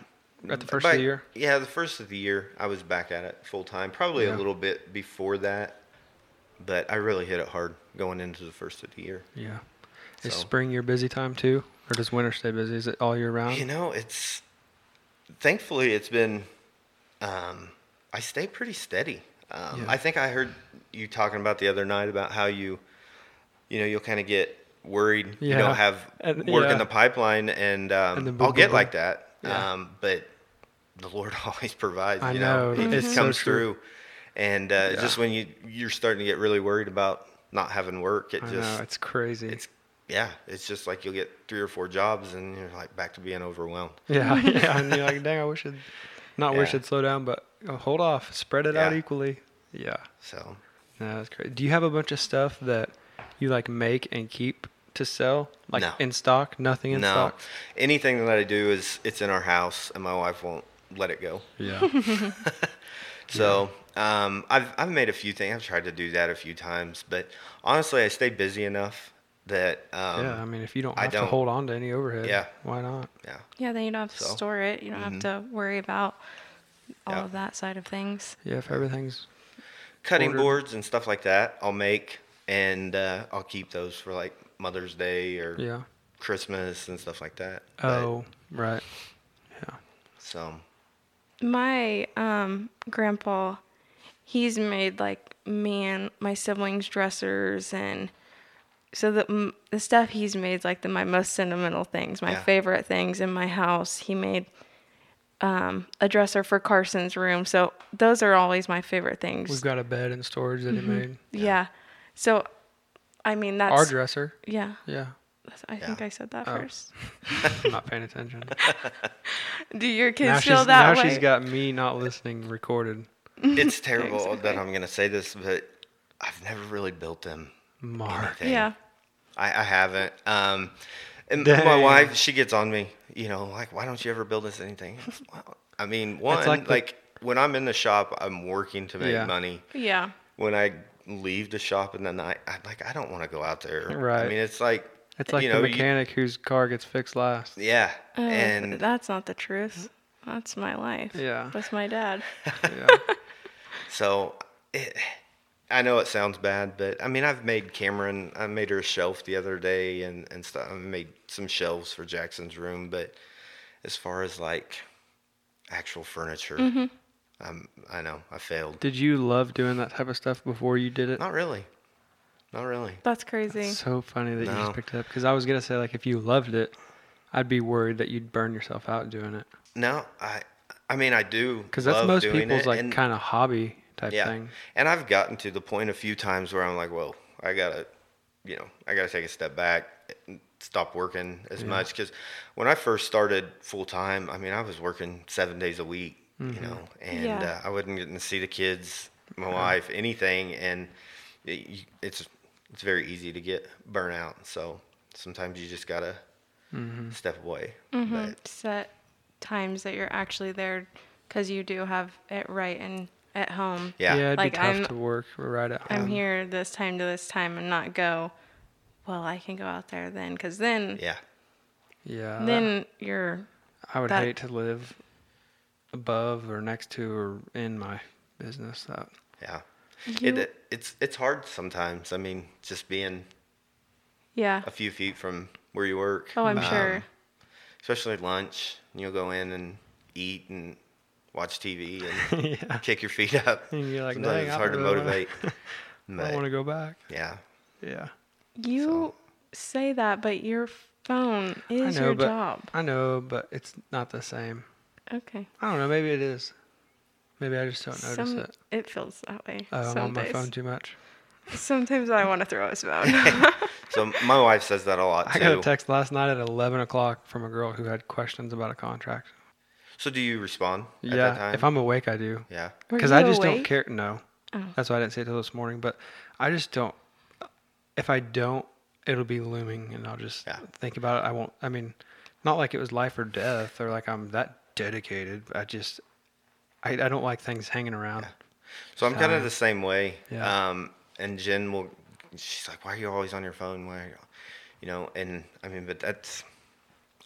[SPEAKER 5] Mm,
[SPEAKER 1] at the first
[SPEAKER 5] By-
[SPEAKER 1] of the year?
[SPEAKER 5] Yeah, the first of the year, I was back at it full time. Probably
[SPEAKER 1] Yeah.
[SPEAKER 5] a little bit before that, but I really hit it hard going into the first of the year.
[SPEAKER 1] Yeah. Is
[SPEAKER 5] So-
[SPEAKER 1] spring your busy time too, or does winter stay busy? Is it all year round?
[SPEAKER 5] You know, it's thankfully it's been. Um, I stay pretty steady. Um,
[SPEAKER 1] Yeah.
[SPEAKER 5] I think I heard you talking about the other night about how you, you know, you'll kind of get worried you
[SPEAKER 1] Yeah.
[SPEAKER 5] don't have
[SPEAKER 1] And-
[SPEAKER 5] work
[SPEAKER 1] yeah.
[SPEAKER 5] in the pipeline, and, um,
[SPEAKER 1] And then boom,
[SPEAKER 5] I'll
[SPEAKER 1] boom,
[SPEAKER 5] get
[SPEAKER 1] boom.
[SPEAKER 5] like that.
[SPEAKER 1] Yeah.
[SPEAKER 5] Um, but the Lord always provides.
[SPEAKER 1] I
[SPEAKER 5] you know,
[SPEAKER 1] know,
[SPEAKER 5] it
[SPEAKER 1] it's
[SPEAKER 5] just
[SPEAKER 1] so
[SPEAKER 5] comes
[SPEAKER 1] true.
[SPEAKER 5] through, and uh, it's just when you you're starting to get really worried about not having work, it
[SPEAKER 1] I
[SPEAKER 5] just
[SPEAKER 1] know it's crazy.
[SPEAKER 5] it's yeah, it's just like you'll get three or four jobs, and you're like back to being overwhelmed.
[SPEAKER 1] yeah, yeah. And you're like, dang, I wish it, not wish
[SPEAKER 5] Yeah.
[SPEAKER 1] it'd slow down, but uh, hold off, spread it out
[SPEAKER 5] Yeah.
[SPEAKER 1] equally. Yeah,
[SPEAKER 5] So
[SPEAKER 1] no, that's crazy. Do you have a bunch of stuff that you like make and keep to sell, like
[SPEAKER 5] No.
[SPEAKER 1] in stock? Nothing in
[SPEAKER 5] no,
[SPEAKER 1] stock.
[SPEAKER 5] anything that I do is it's in our house, and my wife won't let it go.
[SPEAKER 1] Yeah,
[SPEAKER 5] So um, I've I've made a few things. I've tried to do that a few times, but honestly, I stay busy enough that um,
[SPEAKER 1] yeah. I mean, if you don't
[SPEAKER 5] I
[SPEAKER 1] have to
[SPEAKER 5] don't-
[SPEAKER 1] hold on to any overhead,
[SPEAKER 5] Yeah.
[SPEAKER 1] why not?
[SPEAKER 5] yeah.
[SPEAKER 6] Yeah, then you don't have to
[SPEAKER 5] So- Mm-hmm.
[SPEAKER 6] store it. You don't have to worry about all
[SPEAKER 5] Yeah.
[SPEAKER 6] of that side of things.
[SPEAKER 1] Yeah, if everything's
[SPEAKER 5] cutting
[SPEAKER 1] ordered.
[SPEAKER 5] boards and stuff like that I'll make and uh, I'll keep those for like Mother's Day or
[SPEAKER 1] yeah.
[SPEAKER 5] Christmas and stuff like that. But-
[SPEAKER 1] Oh, right. Yeah.
[SPEAKER 5] so
[SPEAKER 6] My um grandpa, he's made like me and my siblings dressers and so the m- the stuff he's made like the my most sentimental things, my
[SPEAKER 5] Yeah.
[SPEAKER 6] favorite things in my house. He made um a dresser for Carson's room. So those are always my favorite things.
[SPEAKER 1] We've got a bed in storage that he made.
[SPEAKER 6] yeah. So I mean Mm-hmm. that's
[SPEAKER 1] Our dresser.
[SPEAKER 6] yeah.
[SPEAKER 1] Yeah.
[SPEAKER 6] that's- I think
[SPEAKER 5] Yeah.
[SPEAKER 6] I said that
[SPEAKER 1] Oh.
[SPEAKER 6] first.
[SPEAKER 1] I'm not paying attention.
[SPEAKER 6] Do your kids
[SPEAKER 1] now
[SPEAKER 6] feel
[SPEAKER 1] she's,
[SPEAKER 6] that
[SPEAKER 1] now
[SPEAKER 6] way?
[SPEAKER 1] she's got me not listening recorded.
[SPEAKER 5] it's terrible
[SPEAKER 6] Exactly.
[SPEAKER 5] that I'm gonna say this, but I've never really built them.
[SPEAKER 1] Mark.
[SPEAKER 5] anything.
[SPEAKER 6] yeah.
[SPEAKER 5] I, I haven't. Um, and my
[SPEAKER 1] Dang.
[SPEAKER 5] wife, she gets on me. You know, like why don't you ever build us anything? Well, I mean, one
[SPEAKER 1] like
[SPEAKER 5] like,
[SPEAKER 1] the-
[SPEAKER 5] when I'm in the shop, I'm working to make
[SPEAKER 1] Yeah.
[SPEAKER 5] money.
[SPEAKER 6] Yeah.
[SPEAKER 5] When I leave the shop in the night, I'm like, I don't want to go out there.
[SPEAKER 1] Right.
[SPEAKER 5] I mean, it's like
[SPEAKER 1] It's like
[SPEAKER 5] you know,
[SPEAKER 1] the
[SPEAKER 5] you-
[SPEAKER 1] mechanic Uh, whose car gets fixed last.
[SPEAKER 5] Yeah,
[SPEAKER 6] Oh,
[SPEAKER 5] and Mm-hmm.
[SPEAKER 6] that's not the truth. That's my life.
[SPEAKER 1] Yeah.
[SPEAKER 6] That's my dad.
[SPEAKER 1] Yeah.
[SPEAKER 5] so it, I know it sounds bad, but I mean, I've made Cameron, I made her a shelf the other day and, and stuff. I made some shelves for Jackson's room, but as far as like actual furniture,
[SPEAKER 1] Mm-hmm.
[SPEAKER 5] um, I know I failed.
[SPEAKER 1] Did you love doing that type of stuff before you did it?
[SPEAKER 5] Not really. Not really.
[SPEAKER 6] That's crazy.
[SPEAKER 1] It's so funny that you just
[SPEAKER 5] No.
[SPEAKER 1] picked it up because I was gonna say like if you loved it, I'd be worried that you'd burn yourself out doing it
[SPEAKER 5] No, I, I mean, I do.
[SPEAKER 1] because that's
[SPEAKER 5] love
[SPEAKER 1] most
[SPEAKER 5] doing
[SPEAKER 1] people's
[SPEAKER 5] it,
[SPEAKER 1] like
[SPEAKER 5] and-
[SPEAKER 1] kind of hobby type
[SPEAKER 5] yeah.
[SPEAKER 1] thing.
[SPEAKER 5] And I've gotten to the point a few times where I'm like, well, I gotta, you know, I gotta take a step back, and stop working as much. Because when I first started full time, I mean, I was working seven days a week,
[SPEAKER 1] Mm-hmm.
[SPEAKER 5] you know, and
[SPEAKER 6] Yeah.
[SPEAKER 5] uh, I wasn't getting to see the kids, my wife, anything, and it, you- it's it's very easy to get burnout. So sometimes you just gotta
[SPEAKER 1] Mm-hmm.
[SPEAKER 5] step away. But
[SPEAKER 6] Mm-hmm. Set times that you're actually there because you do have it right and at home.
[SPEAKER 5] yeah,
[SPEAKER 1] it'd
[SPEAKER 6] Like,
[SPEAKER 1] be tough
[SPEAKER 6] I'm-
[SPEAKER 1] to work right at home.
[SPEAKER 6] I'm here this time to this time and not go, well, I can go out there then because then,
[SPEAKER 5] yeah,
[SPEAKER 1] Yeah.
[SPEAKER 6] then you're,
[SPEAKER 1] I would
[SPEAKER 6] That-
[SPEAKER 1] hate to live above or next to or in my business. That
[SPEAKER 5] yeah.
[SPEAKER 6] You-
[SPEAKER 5] It, it's it's hard sometimes. I mean, just being
[SPEAKER 6] yeah.
[SPEAKER 5] a few feet from where you work.
[SPEAKER 6] Oh, I'm
[SPEAKER 5] Um,
[SPEAKER 6] sure.
[SPEAKER 5] Especially at lunch, and you'll go in and eat and watch TV and
[SPEAKER 1] yeah,
[SPEAKER 5] kick your feet up.
[SPEAKER 1] And you're like, "Dang,
[SPEAKER 5] Sometimes it's
[SPEAKER 1] I
[SPEAKER 5] hard to
[SPEAKER 1] really wanna-
[SPEAKER 5] motivate.
[SPEAKER 1] I
[SPEAKER 5] but,
[SPEAKER 1] want to go back.
[SPEAKER 5] yeah,
[SPEAKER 1] Yeah,
[SPEAKER 6] You say that, that, but your phone is
[SPEAKER 1] I know,
[SPEAKER 6] your
[SPEAKER 1] but
[SPEAKER 6] job.
[SPEAKER 1] I know, but it's not the same.
[SPEAKER 6] Okay.
[SPEAKER 1] I don't know. Maybe it is. Maybe I just don't notice
[SPEAKER 6] Some,
[SPEAKER 1] it.
[SPEAKER 6] it feels that way.
[SPEAKER 1] Oh,
[SPEAKER 6] some
[SPEAKER 1] I'm on my
[SPEAKER 6] days.
[SPEAKER 1] phone too much.
[SPEAKER 6] Sometimes I want to throw his phone.
[SPEAKER 5] So my wife says that a lot
[SPEAKER 1] I
[SPEAKER 5] too.
[SPEAKER 1] got a text last night at 11 o'clock from a girl who had questions about a contract.
[SPEAKER 5] So do you respond at that
[SPEAKER 1] Yeah,
[SPEAKER 5] time?
[SPEAKER 1] if I'm awake, I do.
[SPEAKER 5] yeah.
[SPEAKER 6] Were
[SPEAKER 1] Because I
[SPEAKER 6] you
[SPEAKER 1] just don't
[SPEAKER 6] awake? Oh.
[SPEAKER 1] care. No, that's why I didn't say it till this morning. But I just don't. If I don't, it'll be looming, and I'll just
[SPEAKER 5] Yeah.
[SPEAKER 1] think about it. I won't. I mean, not like it was life or death, or like I'm that dedicated. I just, I, I don't like things hanging around.
[SPEAKER 5] So I'm kind of the same way.
[SPEAKER 1] Yeah.
[SPEAKER 5] Um, and Jen will, she's like, "Why are you always on your phone? Why, are you-" you know?" And I mean, but that's,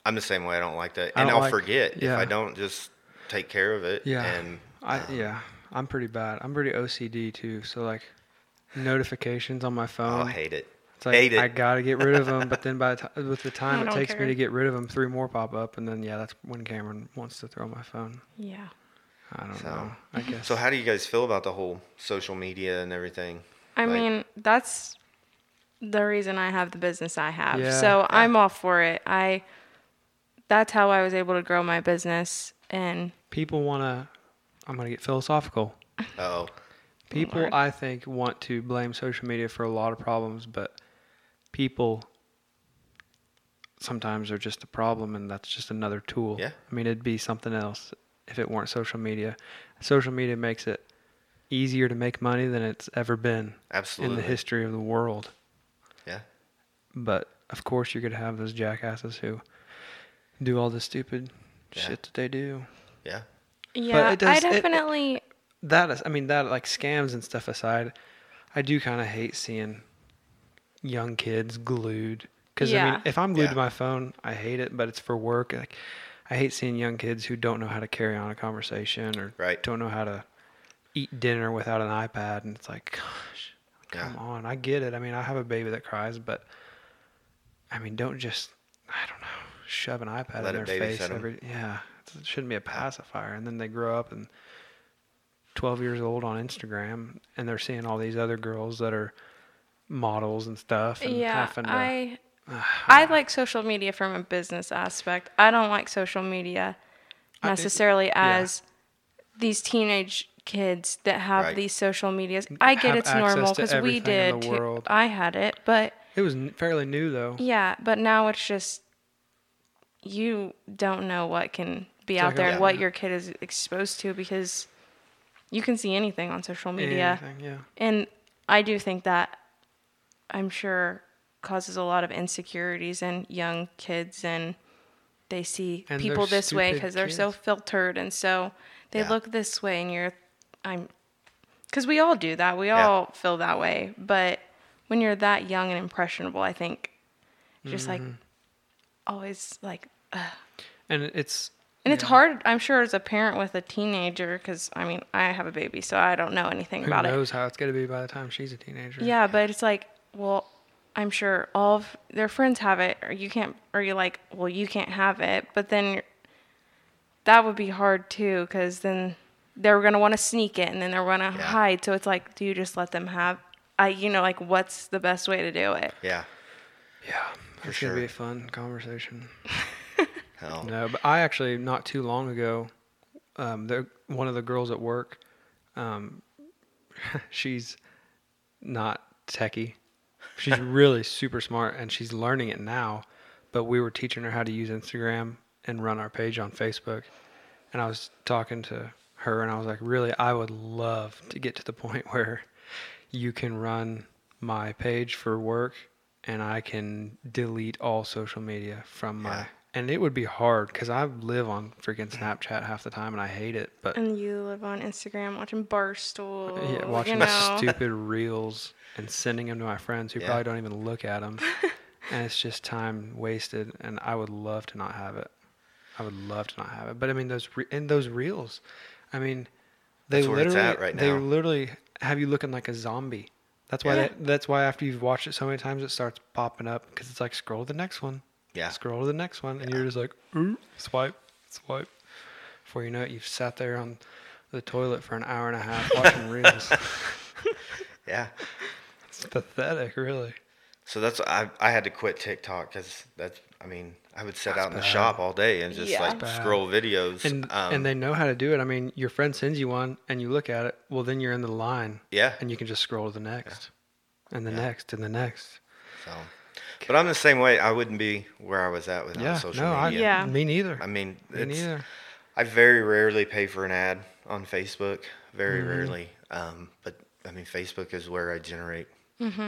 [SPEAKER 5] I'm the same way. I don't like that,
[SPEAKER 1] I
[SPEAKER 5] and
[SPEAKER 1] don't
[SPEAKER 5] I'll
[SPEAKER 1] like-
[SPEAKER 5] forget if
[SPEAKER 1] yeah.
[SPEAKER 5] I don't just take care of it.
[SPEAKER 1] Yeah.
[SPEAKER 5] And
[SPEAKER 1] I yeah, I'm pretty bad. I'm pretty OCD too. So like, notifications on my phone.
[SPEAKER 5] I'll hate it.
[SPEAKER 1] It's like
[SPEAKER 5] hate it.
[SPEAKER 1] I gotta get rid of them, but then by the time, with the time it
[SPEAKER 6] don't
[SPEAKER 1] takes
[SPEAKER 6] care.
[SPEAKER 1] me to get rid of them, three more pop up, and then yeah, that's when Cameron wants to throw my phone.
[SPEAKER 6] yeah.
[SPEAKER 1] I don't
[SPEAKER 5] So-
[SPEAKER 1] know. I guess.
[SPEAKER 5] so how do you guys feel about the whole social media and everything?
[SPEAKER 6] I
[SPEAKER 5] Like-
[SPEAKER 6] mean, that's the reason I have the business I have.
[SPEAKER 1] Yeah.
[SPEAKER 6] so I'm all for it. I that's how I was able to grow my business and
[SPEAKER 1] people want to. I'm gonna get philosophical.
[SPEAKER 5] Oh,
[SPEAKER 1] People, I think, want to blame social media for a lot of problems, but people sometimes are just a problem, and that's just another tool.
[SPEAKER 5] Yeah.
[SPEAKER 1] I mean, it'd be something else if it weren't social media. Social media makes it easier to make money than it's ever been
[SPEAKER 5] absolutely.
[SPEAKER 1] in the history of the world.
[SPEAKER 5] Yeah.
[SPEAKER 1] But of course, you're gonna have those jackasses who do all the stupid
[SPEAKER 5] Yeah.
[SPEAKER 1] shit that they do.
[SPEAKER 5] Yeah.
[SPEAKER 6] yeah,
[SPEAKER 1] it does-
[SPEAKER 6] I
[SPEAKER 1] it- it-
[SPEAKER 6] definitely
[SPEAKER 1] That is, I mean, that like scams and stuff aside, I do kind of hate seeing young kids glued. Because I
[SPEAKER 6] Yeah.
[SPEAKER 1] mean, if I'm glued
[SPEAKER 5] Yeah.
[SPEAKER 1] to my phone, I hate it, but it's for work. Like, I hate seeing young kids who don't know how to carry on a conversation or
[SPEAKER 5] Right.
[SPEAKER 1] don't know how to eat dinner without an iPad. And it's like, gosh,
[SPEAKER 5] Yeah.
[SPEAKER 1] come on, I get it. I mean, I have a baby that cries, but I mean, don't just I don't know shove an iPad
[SPEAKER 5] Let
[SPEAKER 1] in
[SPEAKER 5] it
[SPEAKER 1] their face
[SPEAKER 5] babysit 'em.
[SPEAKER 1] every yeah. It shouldn't be a pacifier, and then they grow up and 12 years old on Instagram, and they're seeing all these other girls that are models and stuff. And
[SPEAKER 6] yeah,
[SPEAKER 1] having to,
[SPEAKER 6] I I like social media from a business aspect. I don't like social media necessarily as these teenage kids that have
[SPEAKER 5] Right.
[SPEAKER 6] these social medias. I get
[SPEAKER 1] have
[SPEAKER 6] it's
[SPEAKER 1] access
[SPEAKER 6] normal
[SPEAKER 1] to
[SPEAKER 6] because we
[SPEAKER 1] everything in
[SPEAKER 6] did.
[SPEAKER 1] the
[SPEAKER 6] too.
[SPEAKER 1] world.
[SPEAKER 6] I had it, but
[SPEAKER 1] it was n- fairly new though.
[SPEAKER 6] yeah, but now it's just you don't know what can be out
[SPEAKER 1] like a-
[SPEAKER 6] there
[SPEAKER 1] Yeah.
[SPEAKER 6] and what your kid is exposed to because you can see anything on social media.
[SPEAKER 1] Anything, yeah.
[SPEAKER 6] And I do think that I'm sure causes a lot of insecurities in young kids and they see
[SPEAKER 1] And they're
[SPEAKER 6] people this way
[SPEAKER 1] stupid
[SPEAKER 6] because they're so
[SPEAKER 1] kids.
[SPEAKER 6] filtered and so they
[SPEAKER 5] Yeah.
[SPEAKER 6] look this way and you're I'm cuz we all do that. We
[SPEAKER 5] Yeah.
[SPEAKER 6] all feel that way, but when you're that young and impressionable, I think just like
[SPEAKER 1] Mm-hmm.
[SPEAKER 6] always like
[SPEAKER 1] And it- it's
[SPEAKER 6] and it's hard, I'm sure, as a parent with a teenager, because I mean, I have a baby, so I don't know anything
[SPEAKER 1] who
[SPEAKER 6] about it.
[SPEAKER 1] knows how it's gonna be by the time she's a teenager.
[SPEAKER 6] Yeah, but it's like, well, I'm sure all of their friends have it, or you can't, or you're like, well, you can't have it. But then you're- that would be hard too, because then they're gonna want to sneak it, and then they're gonna
[SPEAKER 5] Yeah.
[SPEAKER 6] hide. So it's like, do you just let them have? I, you know, like, what's the best way to do it?
[SPEAKER 5] Yeah.
[SPEAKER 1] yeah. It's gonna be
[SPEAKER 5] sure.
[SPEAKER 1] a fun conversation.
[SPEAKER 5] Oh.
[SPEAKER 1] No, but I actually not too long ago, um, the one of the girls at work, um, she's not techie. She's really super smart, and she's learning it now. But we were teaching her how to use Instagram and run our page on Facebook. And I was talking to her, and I was like, "Really, I would love to get to the point where you can run my page for work and I can delete all social media from my and it would be hard cuz I live on freaking Snapchat half the time and I hate it but
[SPEAKER 6] And you live on Instagram watching Barstool,
[SPEAKER 1] yeah,
[SPEAKER 6] you
[SPEAKER 1] watching
[SPEAKER 6] know,
[SPEAKER 1] stupid reels and sending them to my friends who
[SPEAKER 5] Yeah.
[SPEAKER 1] probably don't even look at them and it's just time wasted and I would love to not have it. I would love to not have it. But I mean those re- and those reels. I mean they
[SPEAKER 5] That's where it's
[SPEAKER 1] literally
[SPEAKER 5] at right
[SPEAKER 1] they
[SPEAKER 5] now.
[SPEAKER 1] literally have you looking like a zombie. That's why
[SPEAKER 5] Yeah.
[SPEAKER 1] that, that's why after you've watched it so many times it starts popping up because it's like scroll to the next one.
[SPEAKER 5] Yeah.
[SPEAKER 1] Scroll to the next one and you're just like ooh, swipe swipe. Before you know it you've sat there on the toilet for an hour and a half watching reels.
[SPEAKER 5] Yeah.
[SPEAKER 1] It's pathetic, really.
[SPEAKER 5] So that's I I had to quit TikTok because that's I mean I would sit out in the shop all day and just
[SPEAKER 6] Yeah.
[SPEAKER 5] like
[SPEAKER 1] That's bad.
[SPEAKER 5] scroll videos. um,
[SPEAKER 1] And and they know how to do it. I mean, your friend sends you one, and you look at it. Well, then you're in the line,
[SPEAKER 5] yeah.
[SPEAKER 1] and you can just scroll to the next, and the next, and the next.
[SPEAKER 5] So, but I'm the same way. I wouldn't be where I was at without
[SPEAKER 1] Yeah,
[SPEAKER 5] social
[SPEAKER 1] no, I,
[SPEAKER 5] media.
[SPEAKER 6] Yeah.
[SPEAKER 1] me neither.
[SPEAKER 5] I mean,
[SPEAKER 1] me
[SPEAKER 5] it's,
[SPEAKER 1] neither.
[SPEAKER 5] I very rarely pay for an ad on Facebook. Very
[SPEAKER 1] Mm-hmm.
[SPEAKER 5] rarely. Um, but I mean, Facebook is where I generate
[SPEAKER 6] Mm-hmm.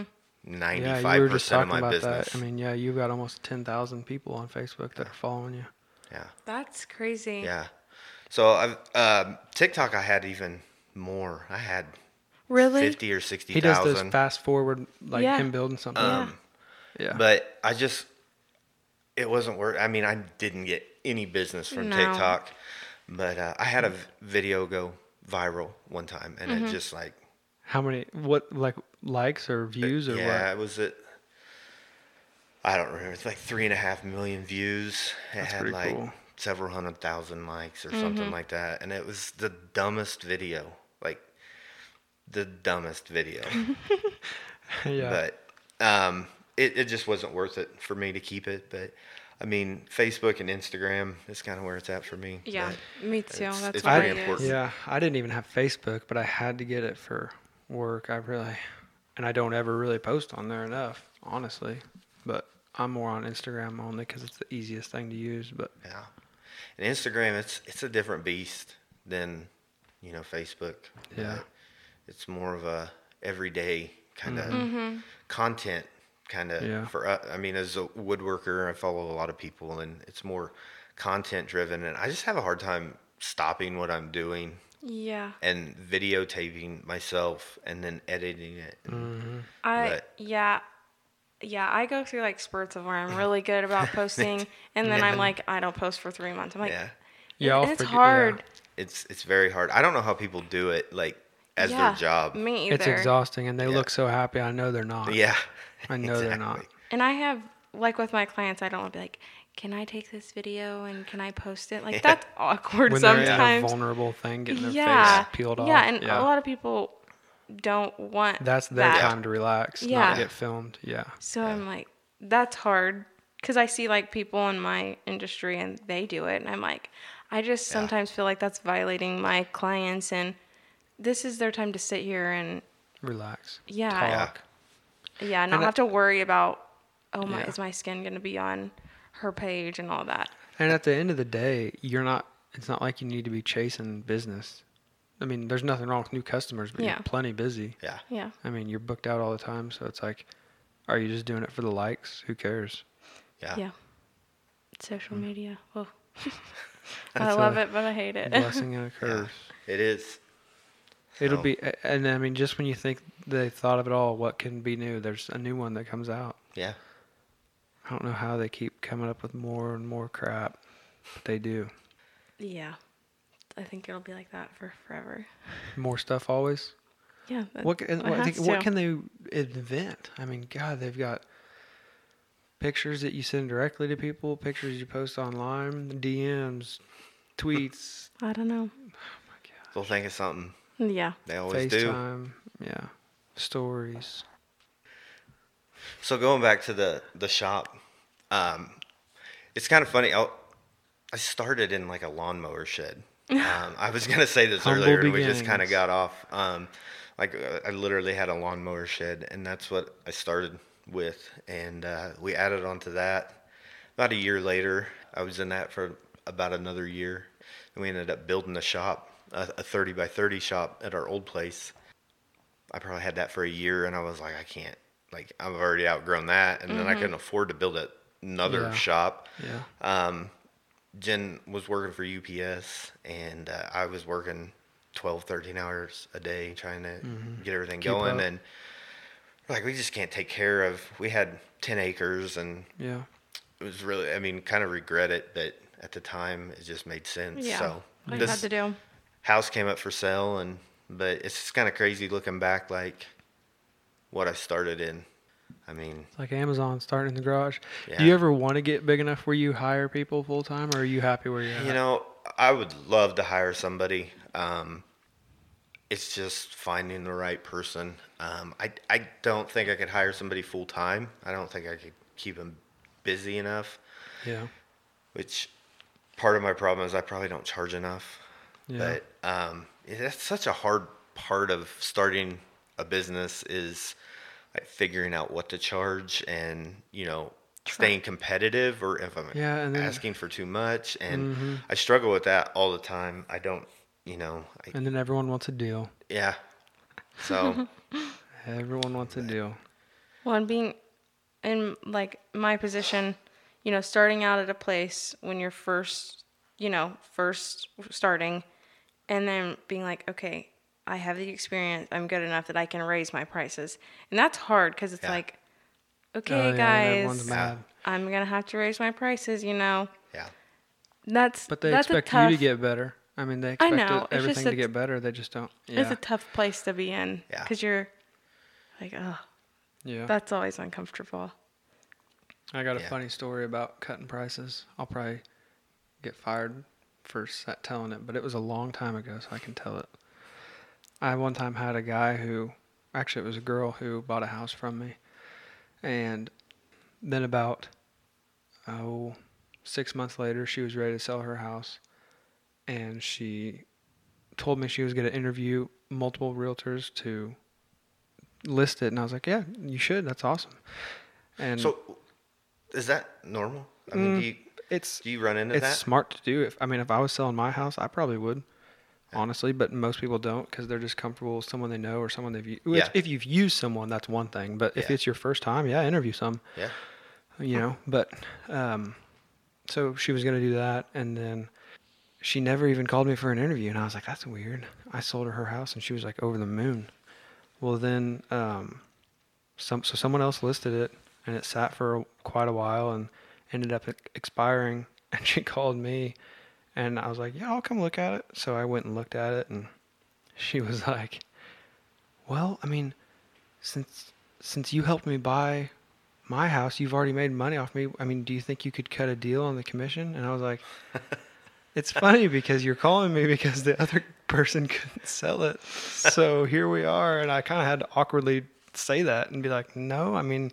[SPEAKER 5] 95%
[SPEAKER 1] Yeah, you were just
[SPEAKER 5] of
[SPEAKER 1] talking
[SPEAKER 5] my
[SPEAKER 1] about
[SPEAKER 5] business.
[SPEAKER 1] that. I mean, yeah, you've got almost ten thousand people on Facebook that are following you.
[SPEAKER 5] yeah.
[SPEAKER 6] That's crazy.
[SPEAKER 5] Yeah. So I've, um TikTok, I had even more. I had
[SPEAKER 6] Really?
[SPEAKER 5] 50
[SPEAKER 1] He
[SPEAKER 5] or
[SPEAKER 1] does those
[SPEAKER 5] 60,000.
[SPEAKER 1] fast forward, like
[SPEAKER 6] Yeah.
[SPEAKER 1] him building something. yeah.
[SPEAKER 5] Um, But I just, it wasn't worth. I mean, I didn't get any business from
[SPEAKER 6] No. Mm.
[SPEAKER 5] TikTok, but uh, I had a v- video go viral one time, and
[SPEAKER 6] Mm-hmm.
[SPEAKER 5] it just like,
[SPEAKER 1] How many? What like likes or views or
[SPEAKER 5] yeah, it was at, I don't remember. It's like three and a half million views. It had
[SPEAKER 1] pretty
[SPEAKER 5] like
[SPEAKER 1] cool.
[SPEAKER 5] several hundred thousand likes or something like that, and it was the dumbest video, like the dumbest video.
[SPEAKER 1] what? yeah.
[SPEAKER 5] but um, it, it just wasn't worth it for me to keep it. But I mean, Facebook and Instagram is kind of where it's at for me.
[SPEAKER 6] Yeah,
[SPEAKER 5] but
[SPEAKER 6] me too.
[SPEAKER 5] it's-
[SPEAKER 6] That's
[SPEAKER 5] it's
[SPEAKER 6] what
[SPEAKER 5] pretty
[SPEAKER 6] I use.
[SPEAKER 5] important.
[SPEAKER 1] Yeah, I didn't even have Facebook, but I had to get it for work. I really, and I don't ever really post on there enough, honestly. But I'm more on Instagram only because it's the easiest thing to use. But
[SPEAKER 5] yeah. And Instagram, it's it's a different beast than you know Facebook.
[SPEAKER 1] Yeah.
[SPEAKER 5] Uh, it's more of a everyday kind of content kind of
[SPEAKER 1] Mm-hmm. Yeah.
[SPEAKER 5] for. Uh, I mean, as a woodworker, I follow a lot of people, and it's more content driven. And I just have a hard time stopping what I'm doing
[SPEAKER 6] Yeah.
[SPEAKER 5] and videotaping myself and then editing it.
[SPEAKER 1] Mm. Mm-hmm.
[SPEAKER 6] I
[SPEAKER 5] But-
[SPEAKER 6] yeah. Yeah, I go through like spurts of where I'm really good about posting and then I'm like I don't post for 3 months. I'm like
[SPEAKER 5] yeah.
[SPEAKER 1] yeah,
[SPEAKER 6] and
[SPEAKER 1] I'll
[SPEAKER 6] it's
[SPEAKER 1] forget- yeah.
[SPEAKER 6] hard.
[SPEAKER 5] It's it's very hard. I don't know how people do it like as
[SPEAKER 6] Yeah, Mm.
[SPEAKER 5] their job.
[SPEAKER 6] Me either.
[SPEAKER 1] It's exhausting, and they look so happy. I know they're not.
[SPEAKER 5] Yeah.
[SPEAKER 1] I know they're not.
[SPEAKER 5] Exactly.
[SPEAKER 6] And I have like with my clients, I don't want to be like, "Can I take this video and can I post it?" Like that's awkward
[SPEAKER 1] When they're in a
[SPEAKER 6] sometimes.
[SPEAKER 1] vulnerable thing, getting their
[SPEAKER 6] yeah.
[SPEAKER 1] face peeled off.
[SPEAKER 6] yeah, and a lot of people don't want
[SPEAKER 1] That's their
[SPEAKER 6] that.
[SPEAKER 1] time to relax,
[SPEAKER 6] Yeah.
[SPEAKER 1] not get filmed. Yeah.
[SPEAKER 6] So I'm like, that's hard because I see like people in my industry and they do it, and I'm like, I just sometimes feel like that's violating my clients, and this is their time to sit here and
[SPEAKER 1] Relax.
[SPEAKER 6] yeah,
[SPEAKER 5] Yeah.
[SPEAKER 6] yeah, not
[SPEAKER 1] And I-
[SPEAKER 6] have to worry about oh my,
[SPEAKER 1] Yeah.
[SPEAKER 6] is my skin gonna be on her page and all that.
[SPEAKER 1] And at the end of the day, you're not. It's not like you need to be chasing business. I mean, there's nothing wrong with new customers, but
[SPEAKER 6] Yeah.
[SPEAKER 1] you're plenty busy.
[SPEAKER 5] Yeah.
[SPEAKER 6] Yeah.
[SPEAKER 1] I mean, you're booked out all the time, so it's like, are you just doing it for the likes? Who cares?
[SPEAKER 5] Yeah.
[SPEAKER 6] Yeah. Social media. Whoa. I love
[SPEAKER 1] Mm. a
[SPEAKER 6] it, but I hate it.
[SPEAKER 1] Blessing and a curse.
[SPEAKER 5] It is.
[SPEAKER 1] It'll
[SPEAKER 5] So-
[SPEAKER 1] be, and I mean, just when you think they thought of it all, what can be new? There's a new one that comes out.
[SPEAKER 5] Yeah.
[SPEAKER 1] I don't know how they keep coming up with more and more crap, but they do.
[SPEAKER 6] yeah. I think it'll be like that for forever.
[SPEAKER 1] More stuff always.
[SPEAKER 6] Yeah. that-
[SPEAKER 1] What can,
[SPEAKER 6] it
[SPEAKER 1] what, I think,
[SPEAKER 6] has
[SPEAKER 1] what
[SPEAKER 6] to.
[SPEAKER 1] can they invent? I mean, God, they've got pictures that you send directly to people, pictures you post online, DMs, tweets,
[SPEAKER 6] I don't know.
[SPEAKER 5] They'll think of something.
[SPEAKER 6] Yeah.
[SPEAKER 5] They always do.
[SPEAKER 1] FaceTime, yeah, stories.
[SPEAKER 5] So going back to the the shop, um, it's kind of funny. i I started in like a lawnmower shed. Um, I was gonna say this
[SPEAKER 1] Humble
[SPEAKER 5] earlier, and we just kind of
[SPEAKER 1] beginnings.
[SPEAKER 5] got off. Um, like uh, I literally had a lawnmower shed, and that's what I started with. And uh, we added on to that. About a year later, I was in that for about another year, and we ended up building a shop, a, a thirty by thirty shop at our old place. I probably had that for a year, and I was like, I can't. Like I've already outgrown that, and
[SPEAKER 6] Mm-hmm.
[SPEAKER 5] then I couldn't afford to build a, another
[SPEAKER 1] Yeah.
[SPEAKER 5] shop.
[SPEAKER 1] Yeah.
[SPEAKER 5] Um, Jen was working for UPS, and uh, I was working 12, 13 hours a day trying to
[SPEAKER 6] Mm-hmm.
[SPEAKER 5] get everything going.
[SPEAKER 1] up.
[SPEAKER 5] And like, we just can't take care of. We had 10 acres, and
[SPEAKER 1] Yeah.
[SPEAKER 5] it was really, I mean, kind of regret it, but at the time, it just made sense.
[SPEAKER 6] Yeah.
[SPEAKER 5] So
[SPEAKER 6] What you
[SPEAKER 5] this
[SPEAKER 6] had to do.
[SPEAKER 5] house came up for sale, and but it's just kind of crazy looking back, like what I started in. I mean,
[SPEAKER 1] It's like Amazon starting in the garage. Do
[SPEAKER 5] Yeah.
[SPEAKER 1] you ever want to get big enough where you hire people full time, or are you happy where you're at?
[SPEAKER 5] You know, I would love to hire somebody. Um, it's just finding the right person. Um, I I don't think I could hire somebody full time. I don't think I could keep them busy enough.
[SPEAKER 1] Yeah.
[SPEAKER 5] which part of my problem is I probably don't charge enough.
[SPEAKER 1] Yeah.
[SPEAKER 5] But um, yeah, that's such a hard part of starting a business is like figuring out what to charge and you know staying competitive or if I'm
[SPEAKER 1] Yeah, and then- Mm-hmm.
[SPEAKER 5] asking for too much and I struggle with that all the time. I don't, you know, I,
[SPEAKER 1] And then everyone wants a deal.
[SPEAKER 5] yeah. So
[SPEAKER 1] Everyone wants a deal.
[SPEAKER 6] Well, and being in like my position, you know, starting out at a place when you're first, you know, first starting, and then being like, okay, I have the experience, I'm good enough that I can raise my prices, and that's hard because it's
[SPEAKER 5] Yeah.
[SPEAKER 6] like,
[SPEAKER 1] Oh,
[SPEAKER 6] okay,
[SPEAKER 1] yeah, and everyone's
[SPEAKER 6] guys,
[SPEAKER 1] mad.
[SPEAKER 6] I'm gonna have to raise my prices, you know.
[SPEAKER 5] yeah.
[SPEAKER 6] That's
[SPEAKER 1] But they
[SPEAKER 6] that's a
[SPEAKER 1] expect
[SPEAKER 6] tough,
[SPEAKER 1] you to get better. I mean, they
[SPEAKER 6] I
[SPEAKER 1] expect it-
[SPEAKER 6] know, it's just
[SPEAKER 1] everything to
[SPEAKER 6] that-
[SPEAKER 1] get better. They just don't.
[SPEAKER 6] It's
[SPEAKER 1] Yeah.
[SPEAKER 6] a tough place to be in
[SPEAKER 5] Yeah.
[SPEAKER 6] because you're like, oh,
[SPEAKER 1] yeah.
[SPEAKER 6] that's always uncomfortable.
[SPEAKER 1] I got a
[SPEAKER 5] Yeah.
[SPEAKER 1] funny story about cutting prices. I'll probably get fired for sa- telling it, but it was a long time ago, so I can tell it. I one time had a guy who, actually, it was a girl who bought a house from me, and then about oh six months later, she was ready to sell her house, and she told me she was going to interview multiple realtors to list it, and I was like, "Yeah, you should. That's awesome." And
[SPEAKER 5] So is that normal? I mean, do you
[SPEAKER 1] it's
[SPEAKER 5] do you run into
[SPEAKER 1] it's
[SPEAKER 5] that?
[SPEAKER 1] smart to do. If I mean, if I was selling my house, I probably would, honestly. But most people don't because they're just comfortable with someone they know or someone they've. u- Which,
[SPEAKER 5] Yeah.
[SPEAKER 1] If you've used someone, that's one thing. But if
[SPEAKER 5] Yeah.
[SPEAKER 1] it's your first time, yeah, interview some.
[SPEAKER 5] yeah.
[SPEAKER 1] You know, but um, so she was gonna do that, and then she never even called me for an interview, and I was like, that's weird. I sold her her house, and she was like over the moon. Well, then um, some so someone else listed it and it sat for a- quite a while and ended up ex- expiring and she called me and I was like, "Yeah, I'll come look at it." So I went and looked at it and she was like, "Well, I mean, since since you helped me buy my house, you've already made money off me. I mean, do you think you could cut a deal on the commission?" And I was like, "It's funny because you're calling me because the other person couldn't sell it. So here we are." And I kind of had to awkwardly say that and be like, "No, I mean,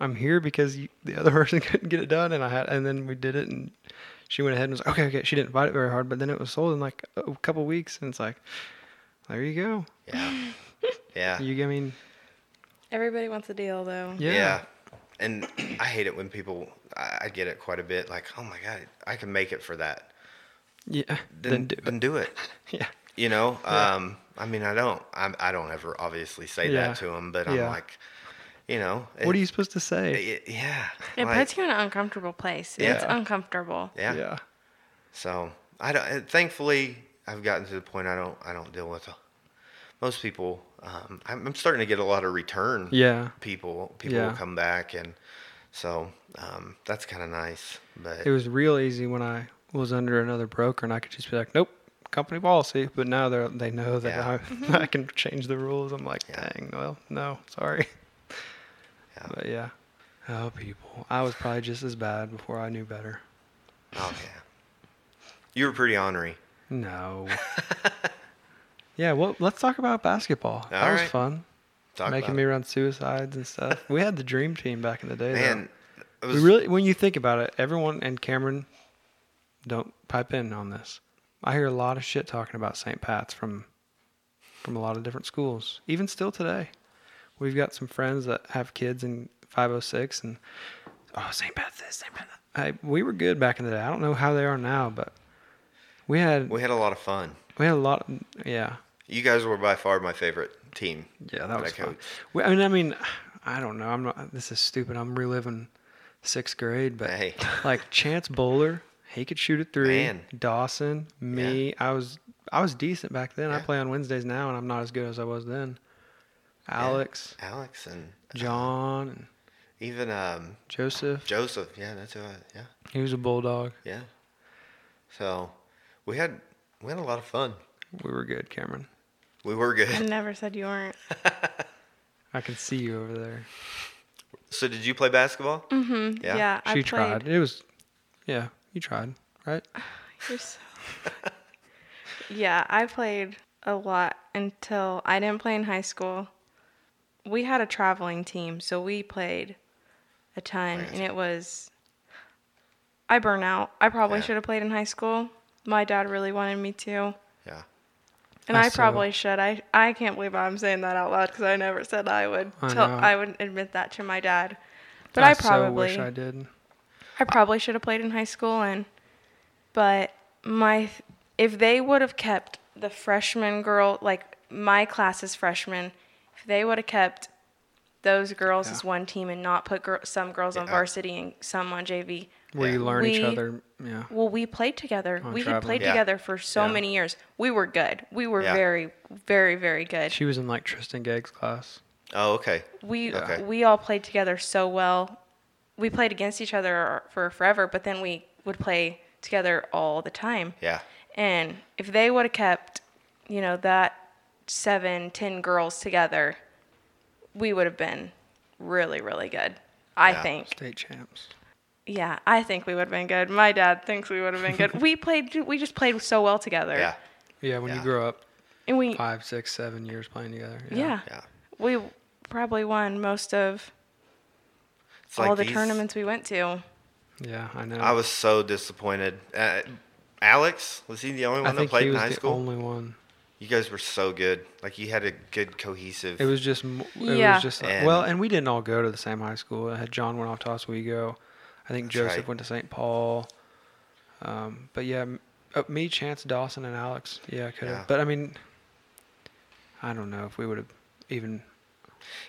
[SPEAKER 1] I'm here because you, the other person couldn't get it done, and I had, and then we did it, and she went ahead and was okay, okay. She didn't fight it very hard, but then it was sold in like a couple weeks, and it's like, there you go.
[SPEAKER 5] Yeah. Yeah.
[SPEAKER 1] You, I mean,
[SPEAKER 6] Everybody wants a deal, though.
[SPEAKER 1] yeah,
[SPEAKER 5] And I hate it when people, I, I get it quite a bit. Like, oh my God, I can make it for that.
[SPEAKER 1] yeah.
[SPEAKER 5] Then,
[SPEAKER 1] Then, do
[SPEAKER 5] then do it.
[SPEAKER 1] yeah,
[SPEAKER 5] You know, um, I mean, I don't, I'm, I don't ever obviously say
[SPEAKER 1] Yeah.
[SPEAKER 5] that to them, but I'm
[SPEAKER 1] Yeah.
[SPEAKER 5] like, you know,
[SPEAKER 1] what are you
[SPEAKER 5] it's-
[SPEAKER 1] supposed to say?
[SPEAKER 5] it- yeah.
[SPEAKER 6] It
[SPEAKER 5] like,
[SPEAKER 6] puts you in an uncomfortable place. It's
[SPEAKER 5] Yeah.
[SPEAKER 6] uncomfortable.
[SPEAKER 5] yeah.
[SPEAKER 1] yeah,
[SPEAKER 5] So I don't, and thankfully I've gotten to the point I don't, I don't deal with uh, most people. Um, I'm, I'm starting to get a lot of return
[SPEAKER 1] yeah.
[SPEAKER 5] people, people
[SPEAKER 1] Yeah.
[SPEAKER 5] will come back. And so, um, that's kind of nice, but
[SPEAKER 1] It was real easy when I was under another broker, and I could just be like, nope, company policy. But now they they know that
[SPEAKER 5] Yeah.
[SPEAKER 1] I, I can change the rules. I'm like,
[SPEAKER 5] Yeah.
[SPEAKER 1] dang, well, no, sorry.
[SPEAKER 5] Yeah.
[SPEAKER 1] But yeah, oh people, I was probably just as bad before I knew better.
[SPEAKER 5] Oh yeah. You were pretty ornery.
[SPEAKER 1] No. yeah, well, let's talk about basketball. that
[SPEAKER 5] All
[SPEAKER 1] was
[SPEAKER 5] right.
[SPEAKER 1] fun.
[SPEAKER 5] Talk
[SPEAKER 1] Making
[SPEAKER 5] about
[SPEAKER 1] me
[SPEAKER 5] it.
[SPEAKER 1] run suicides and stuff. we had the dream team back in the day.
[SPEAKER 5] man. It
[SPEAKER 1] though.
[SPEAKER 5] was
[SPEAKER 1] we really, when you think about it, everyone and Cameron, don't pipe in on this. I hear a lot of shit talking about St. Pat's from, from a lot of different schools. Even still today, we've got some friends that have kids in 506 and oh St. Pat's this, St. Pat's. that." I, we were good back in the day. I don't know how they are now, but we had
[SPEAKER 5] we had a lot of fun.
[SPEAKER 1] we had a lot. yeah,
[SPEAKER 5] You guys were by far my favorite team.
[SPEAKER 1] yeah, that was
[SPEAKER 5] I
[SPEAKER 1] fun.
[SPEAKER 5] coached.
[SPEAKER 1] We, I mean, I mean, I don't know. I'm not. This is stupid. I'm reliving sixth grade, but
[SPEAKER 5] Hey.
[SPEAKER 1] like Chance Bowler, he could shoot a three.
[SPEAKER 5] Man.
[SPEAKER 1] Dawson, me, I was I was decent back then. I
[SPEAKER 5] Yeah.
[SPEAKER 1] play on Wednesdays now, and I'm not as good as I was then. Alex,
[SPEAKER 5] Alex and
[SPEAKER 1] John, and
[SPEAKER 5] even um,
[SPEAKER 1] Joseph.
[SPEAKER 5] Joseph. Yeah, that's who. I, yeah,
[SPEAKER 1] He was a bulldog.
[SPEAKER 5] yeah. So we had we had a lot of fun.
[SPEAKER 1] We were good, Cameron.
[SPEAKER 5] We were
[SPEAKER 6] I
[SPEAKER 5] good.
[SPEAKER 6] never said you weren't.
[SPEAKER 1] I can see you over there.
[SPEAKER 5] So did you play basketball?
[SPEAKER 6] Mm.
[SPEAKER 5] Mm-hmm. Yeah.
[SPEAKER 6] Yeah, I
[SPEAKER 1] she
[SPEAKER 6] played.
[SPEAKER 1] tried. It was, yeah, you tried, right?
[SPEAKER 6] You're so yeah, I played a lot until I didn't play in high school. We had a traveling team, so we played a ton, and it was I burn out. I probably
[SPEAKER 5] Yeah.
[SPEAKER 6] should have played in high school. My dad really wanted me to.
[SPEAKER 5] Yeah.
[SPEAKER 6] And
[SPEAKER 1] I
[SPEAKER 6] I,
[SPEAKER 1] still-
[SPEAKER 6] probably should. I, I can't believe I'm saying that out loud because I never said I would.
[SPEAKER 1] I
[SPEAKER 6] tell,
[SPEAKER 1] know.
[SPEAKER 6] I would admit that to my dad. But I, probably
[SPEAKER 1] so wish I did.
[SPEAKER 6] I probably should have played in high school and but my if they would have kept the freshman girl like my class is freshman, if they would have kept those girls as one team and not put girl, some girls on varsity and some on JV.
[SPEAKER 1] Where you learn each
[SPEAKER 6] We-
[SPEAKER 1] other. Yeah.
[SPEAKER 6] Well, we played together.
[SPEAKER 1] On
[SPEAKER 6] we had
[SPEAKER 1] traveling.
[SPEAKER 6] played
[SPEAKER 5] Yeah.
[SPEAKER 6] together for so
[SPEAKER 1] Yeah.
[SPEAKER 6] many years. We were good. We were
[SPEAKER 5] Yeah.
[SPEAKER 6] very, very, very good.
[SPEAKER 1] She was in like Tristan Gegg's class.
[SPEAKER 5] Oh, okay.
[SPEAKER 6] we
[SPEAKER 5] Okay.
[SPEAKER 6] we all played together so well. We played against each other for forever, but then we would play together all the time.
[SPEAKER 5] Yeah.
[SPEAKER 6] And if they would have kept, you know, that seven, ten girls together, we would have been really, really good. I
[SPEAKER 5] Yeah.
[SPEAKER 6] think.
[SPEAKER 1] State champs.
[SPEAKER 6] Yeah, I think we would have been good. My dad thinks we would have been good. we played. We just played so well together.
[SPEAKER 5] Yeah.
[SPEAKER 1] Yeah, when
[SPEAKER 5] Yeah.
[SPEAKER 1] you grow up,
[SPEAKER 6] And we.
[SPEAKER 1] five, six, seven years playing together.
[SPEAKER 6] yeah.
[SPEAKER 5] Yeah.
[SPEAKER 6] We probably won most of
[SPEAKER 5] It's
[SPEAKER 6] all
[SPEAKER 5] like
[SPEAKER 6] the
[SPEAKER 5] these-
[SPEAKER 6] tournaments we went to.
[SPEAKER 1] Yeah, I know.
[SPEAKER 5] I was so disappointed. Uh, Alex, was he the only
[SPEAKER 1] I
[SPEAKER 5] one that
[SPEAKER 1] think
[SPEAKER 5] played
[SPEAKER 1] he
[SPEAKER 5] in
[SPEAKER 1] was
[SPEAKER 5] high
[SPEAKER 1] the
[SPEAKER 5] school?
[SPEAKER 1] only one.
[SPEAKER 5] You guys were so good. Like you had a good cohesive.
[SPEAKER 1] It was just, m- it
[SPEAKER 6] Yeah.
[SPEAKER 1] was just like,
[SPEAKER 5] And-
[SPEAKER 1] well, and we didn't all go to the same high school. I had John went off to Oswego. I think
[SPEAKER 5] That's
[SPEAKER 1] Joseph
[SPEAKER 5] right.
[SPEAKER 1] went to St. Paul. Um, but yeah, m- uh, me, Chance, Dawson, and Alex. Yeah, could have.
[SPEAKER 5] Yeah.
[SPEAKER 1] But I mean, I don't know if we would have even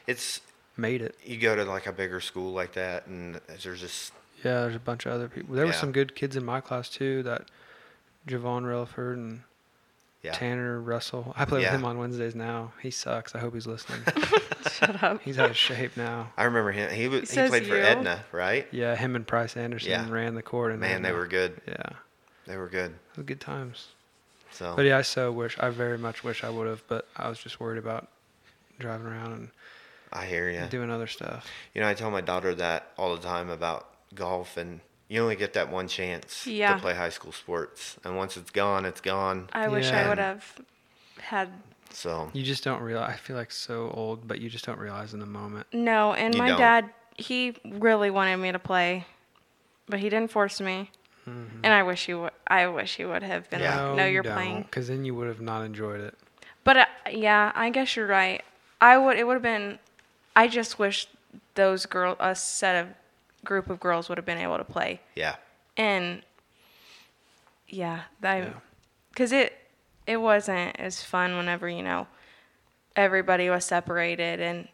[SPEAKER 5] It's
[SPEAKER 1] made it.
[SPEAKER 5] you go to like a bigger school like that, and there's just
[SPEAKER 1] Yeah, there's a bunch of other people. There were
[SPEAKER 5] Yeah.
[SPEAKER 1] some good kids in my class too. That Javon Relaford and
[SPEAKER 5] yeah.
[SPEAKER 1] Tanner Russell. I play
[SPEAKER 5] Yeah.
[SPEAKER 1] with him on Wednesdays now. He sucks. I hope he's listening.
[SPEAKER 6] Shut up.
[SPEAKER 1] he's out of shape now.
[SPEAKER 5] I remember him. He was he,
[SPEAKER 6] says
[SPEAKER 5] played for
[SPEAKER 6] you.
[SPEAKER 5] Edna, right?
[SPEAKER 1] Yeah, him and Price Anderson
[SPEAKER 5] Yeah.
[SPEAKER 1] ran the court. And
[SPEAKER 5] Man, they were good.
[SPEAKER 1] Yeah, it
[SPEAKER 5] They were good.
[SPEAKER 1] was good times.
[SPEAKER 5] So
[SPEAKER 1] But yeah, I so wish. I very much wish I would have, but I was just worried about driving around and
[SPEAKER 5] I hear you.
[SPEAKER 1] doing other stuff.
[SPEAKER 5] You know, I tell my daughter that all the time about golf, and you only get that one chance
[SPEAKER 6] Yeah.
[SPEAKER 5] to play high school sports, and once it's gone, it's gone.
[SPEAKER 6] I wish I
[SPEAKER 1] Yeah.
[SPEAKER 6] would have had
[SPEAKER 5] So
[SPEAKER 1] You just don't realize. I feel like so old, but you just don't realize in the moment.
[SPEAKER 6] no. And
[SPEAKER 5] You
[SPEAKER 6] my
[SPEAKER 5] don't.
[SPEAKER 6] dad, he really wanted me to play, but he didn't force me. And I wish he would. I wish he would have been
[SPEAKER 5] Mm-hmm. Yeah.
[SPEAKER 6] like, "No, you're playing."
[SPEAKER 1] because then you would have not enjoyed it.
[SPEAKER 6] But uh, yeah, I guess you're right. I would. It would have been. I just wish those girl, a set of group of girls, would have been able to play.
[SPEAKER 5] yeah,
[SPEAKER 6] And yeah, I
[SPEAKER 1] Yeah.
[SPEAKER 6] because it it wasn't as fun whenever you know everybody was separated and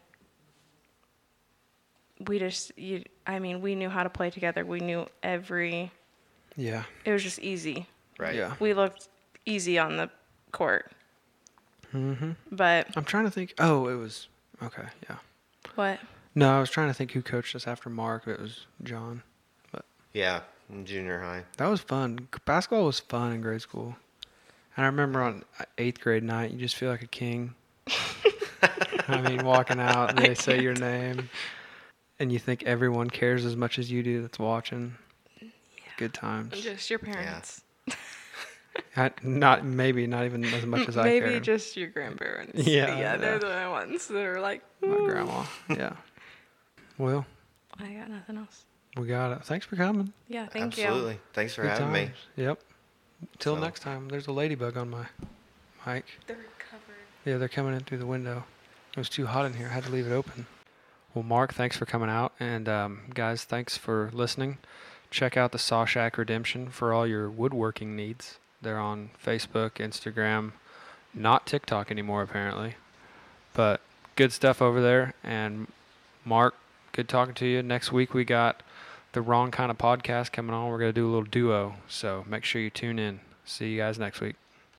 [SPEAKER 6] we just you I mean we knew how to play together. We knew every
[SPEAKER 1] Yeah.
[SPEAKER 6] it was just easy.
[SPEAKER 5] right.
[SPEAKER 1] Yeah.
[SPEAKER 6] We looked easy on the court. Mm-hmm. But
[SPEAKER 1] I'm trying to think. Oh, it was okay. Yeah.
[SPEAKER 6] what?
[SPEAKER 1] No, I was trying to think who coached us after Mark. It was John.
[SPEAKER 5] Yeah, in junior high.
[SPEAKER 1] That was fun. Basketball was fun in grade school. And I remember on uh, eighth grade night, you just feel like a king. I mean, walking out, and they say your name, and you think everyone cares as much as you do that's watching. Good times.
[SPEAKER 6] Just your
[SPEAKER 5] parents.
[SPEAKER 1] I, not maybe not even as much as I
[SPEAKER 6] Maybe
[SPEAKER 1] care.
[SPEAKER 6] just your grandparents.
[SPEAKER 1] Yeah,
[SPEAKER 6] yeah, they're
[SPEAKER 1] yeah.
[SPEAKER 6] the ones that are like, "Mm,
[SPEAKER 1] my grandma. Yeah. Well,
[SPEAKER 6] I got nothing else.
[SPEAKER 1] we got it. Thanks for coming.
[SPEAKER 6] Yeah, thank you.
[SPEAKER 5] Absolutely. Thanks for having me.
[SPEAKER 1] me. Yep. Till
[SPEAKER 5] So-
[SPEAKER 1] next time. There's a ladybug on my mic.
[SPEAKER 6] They're covered.
[SPEAKER 1] Yeah, they're coming in through the window. It was too hot in here. I had to leave it open. Well, Mark, thanks for coming out. And um, guys, thanks for listening. Check out the Saw Shack Redemption for all your woodworking needs. They're on Facebook, Instagram, not TikTok anymore, apparently. But good stuff over there. And Mark, good talking to you. Next week, we got the Wrong Kind of Podcast coming on. We're going to do a little duo. So make sure you tune in. See you guys next week.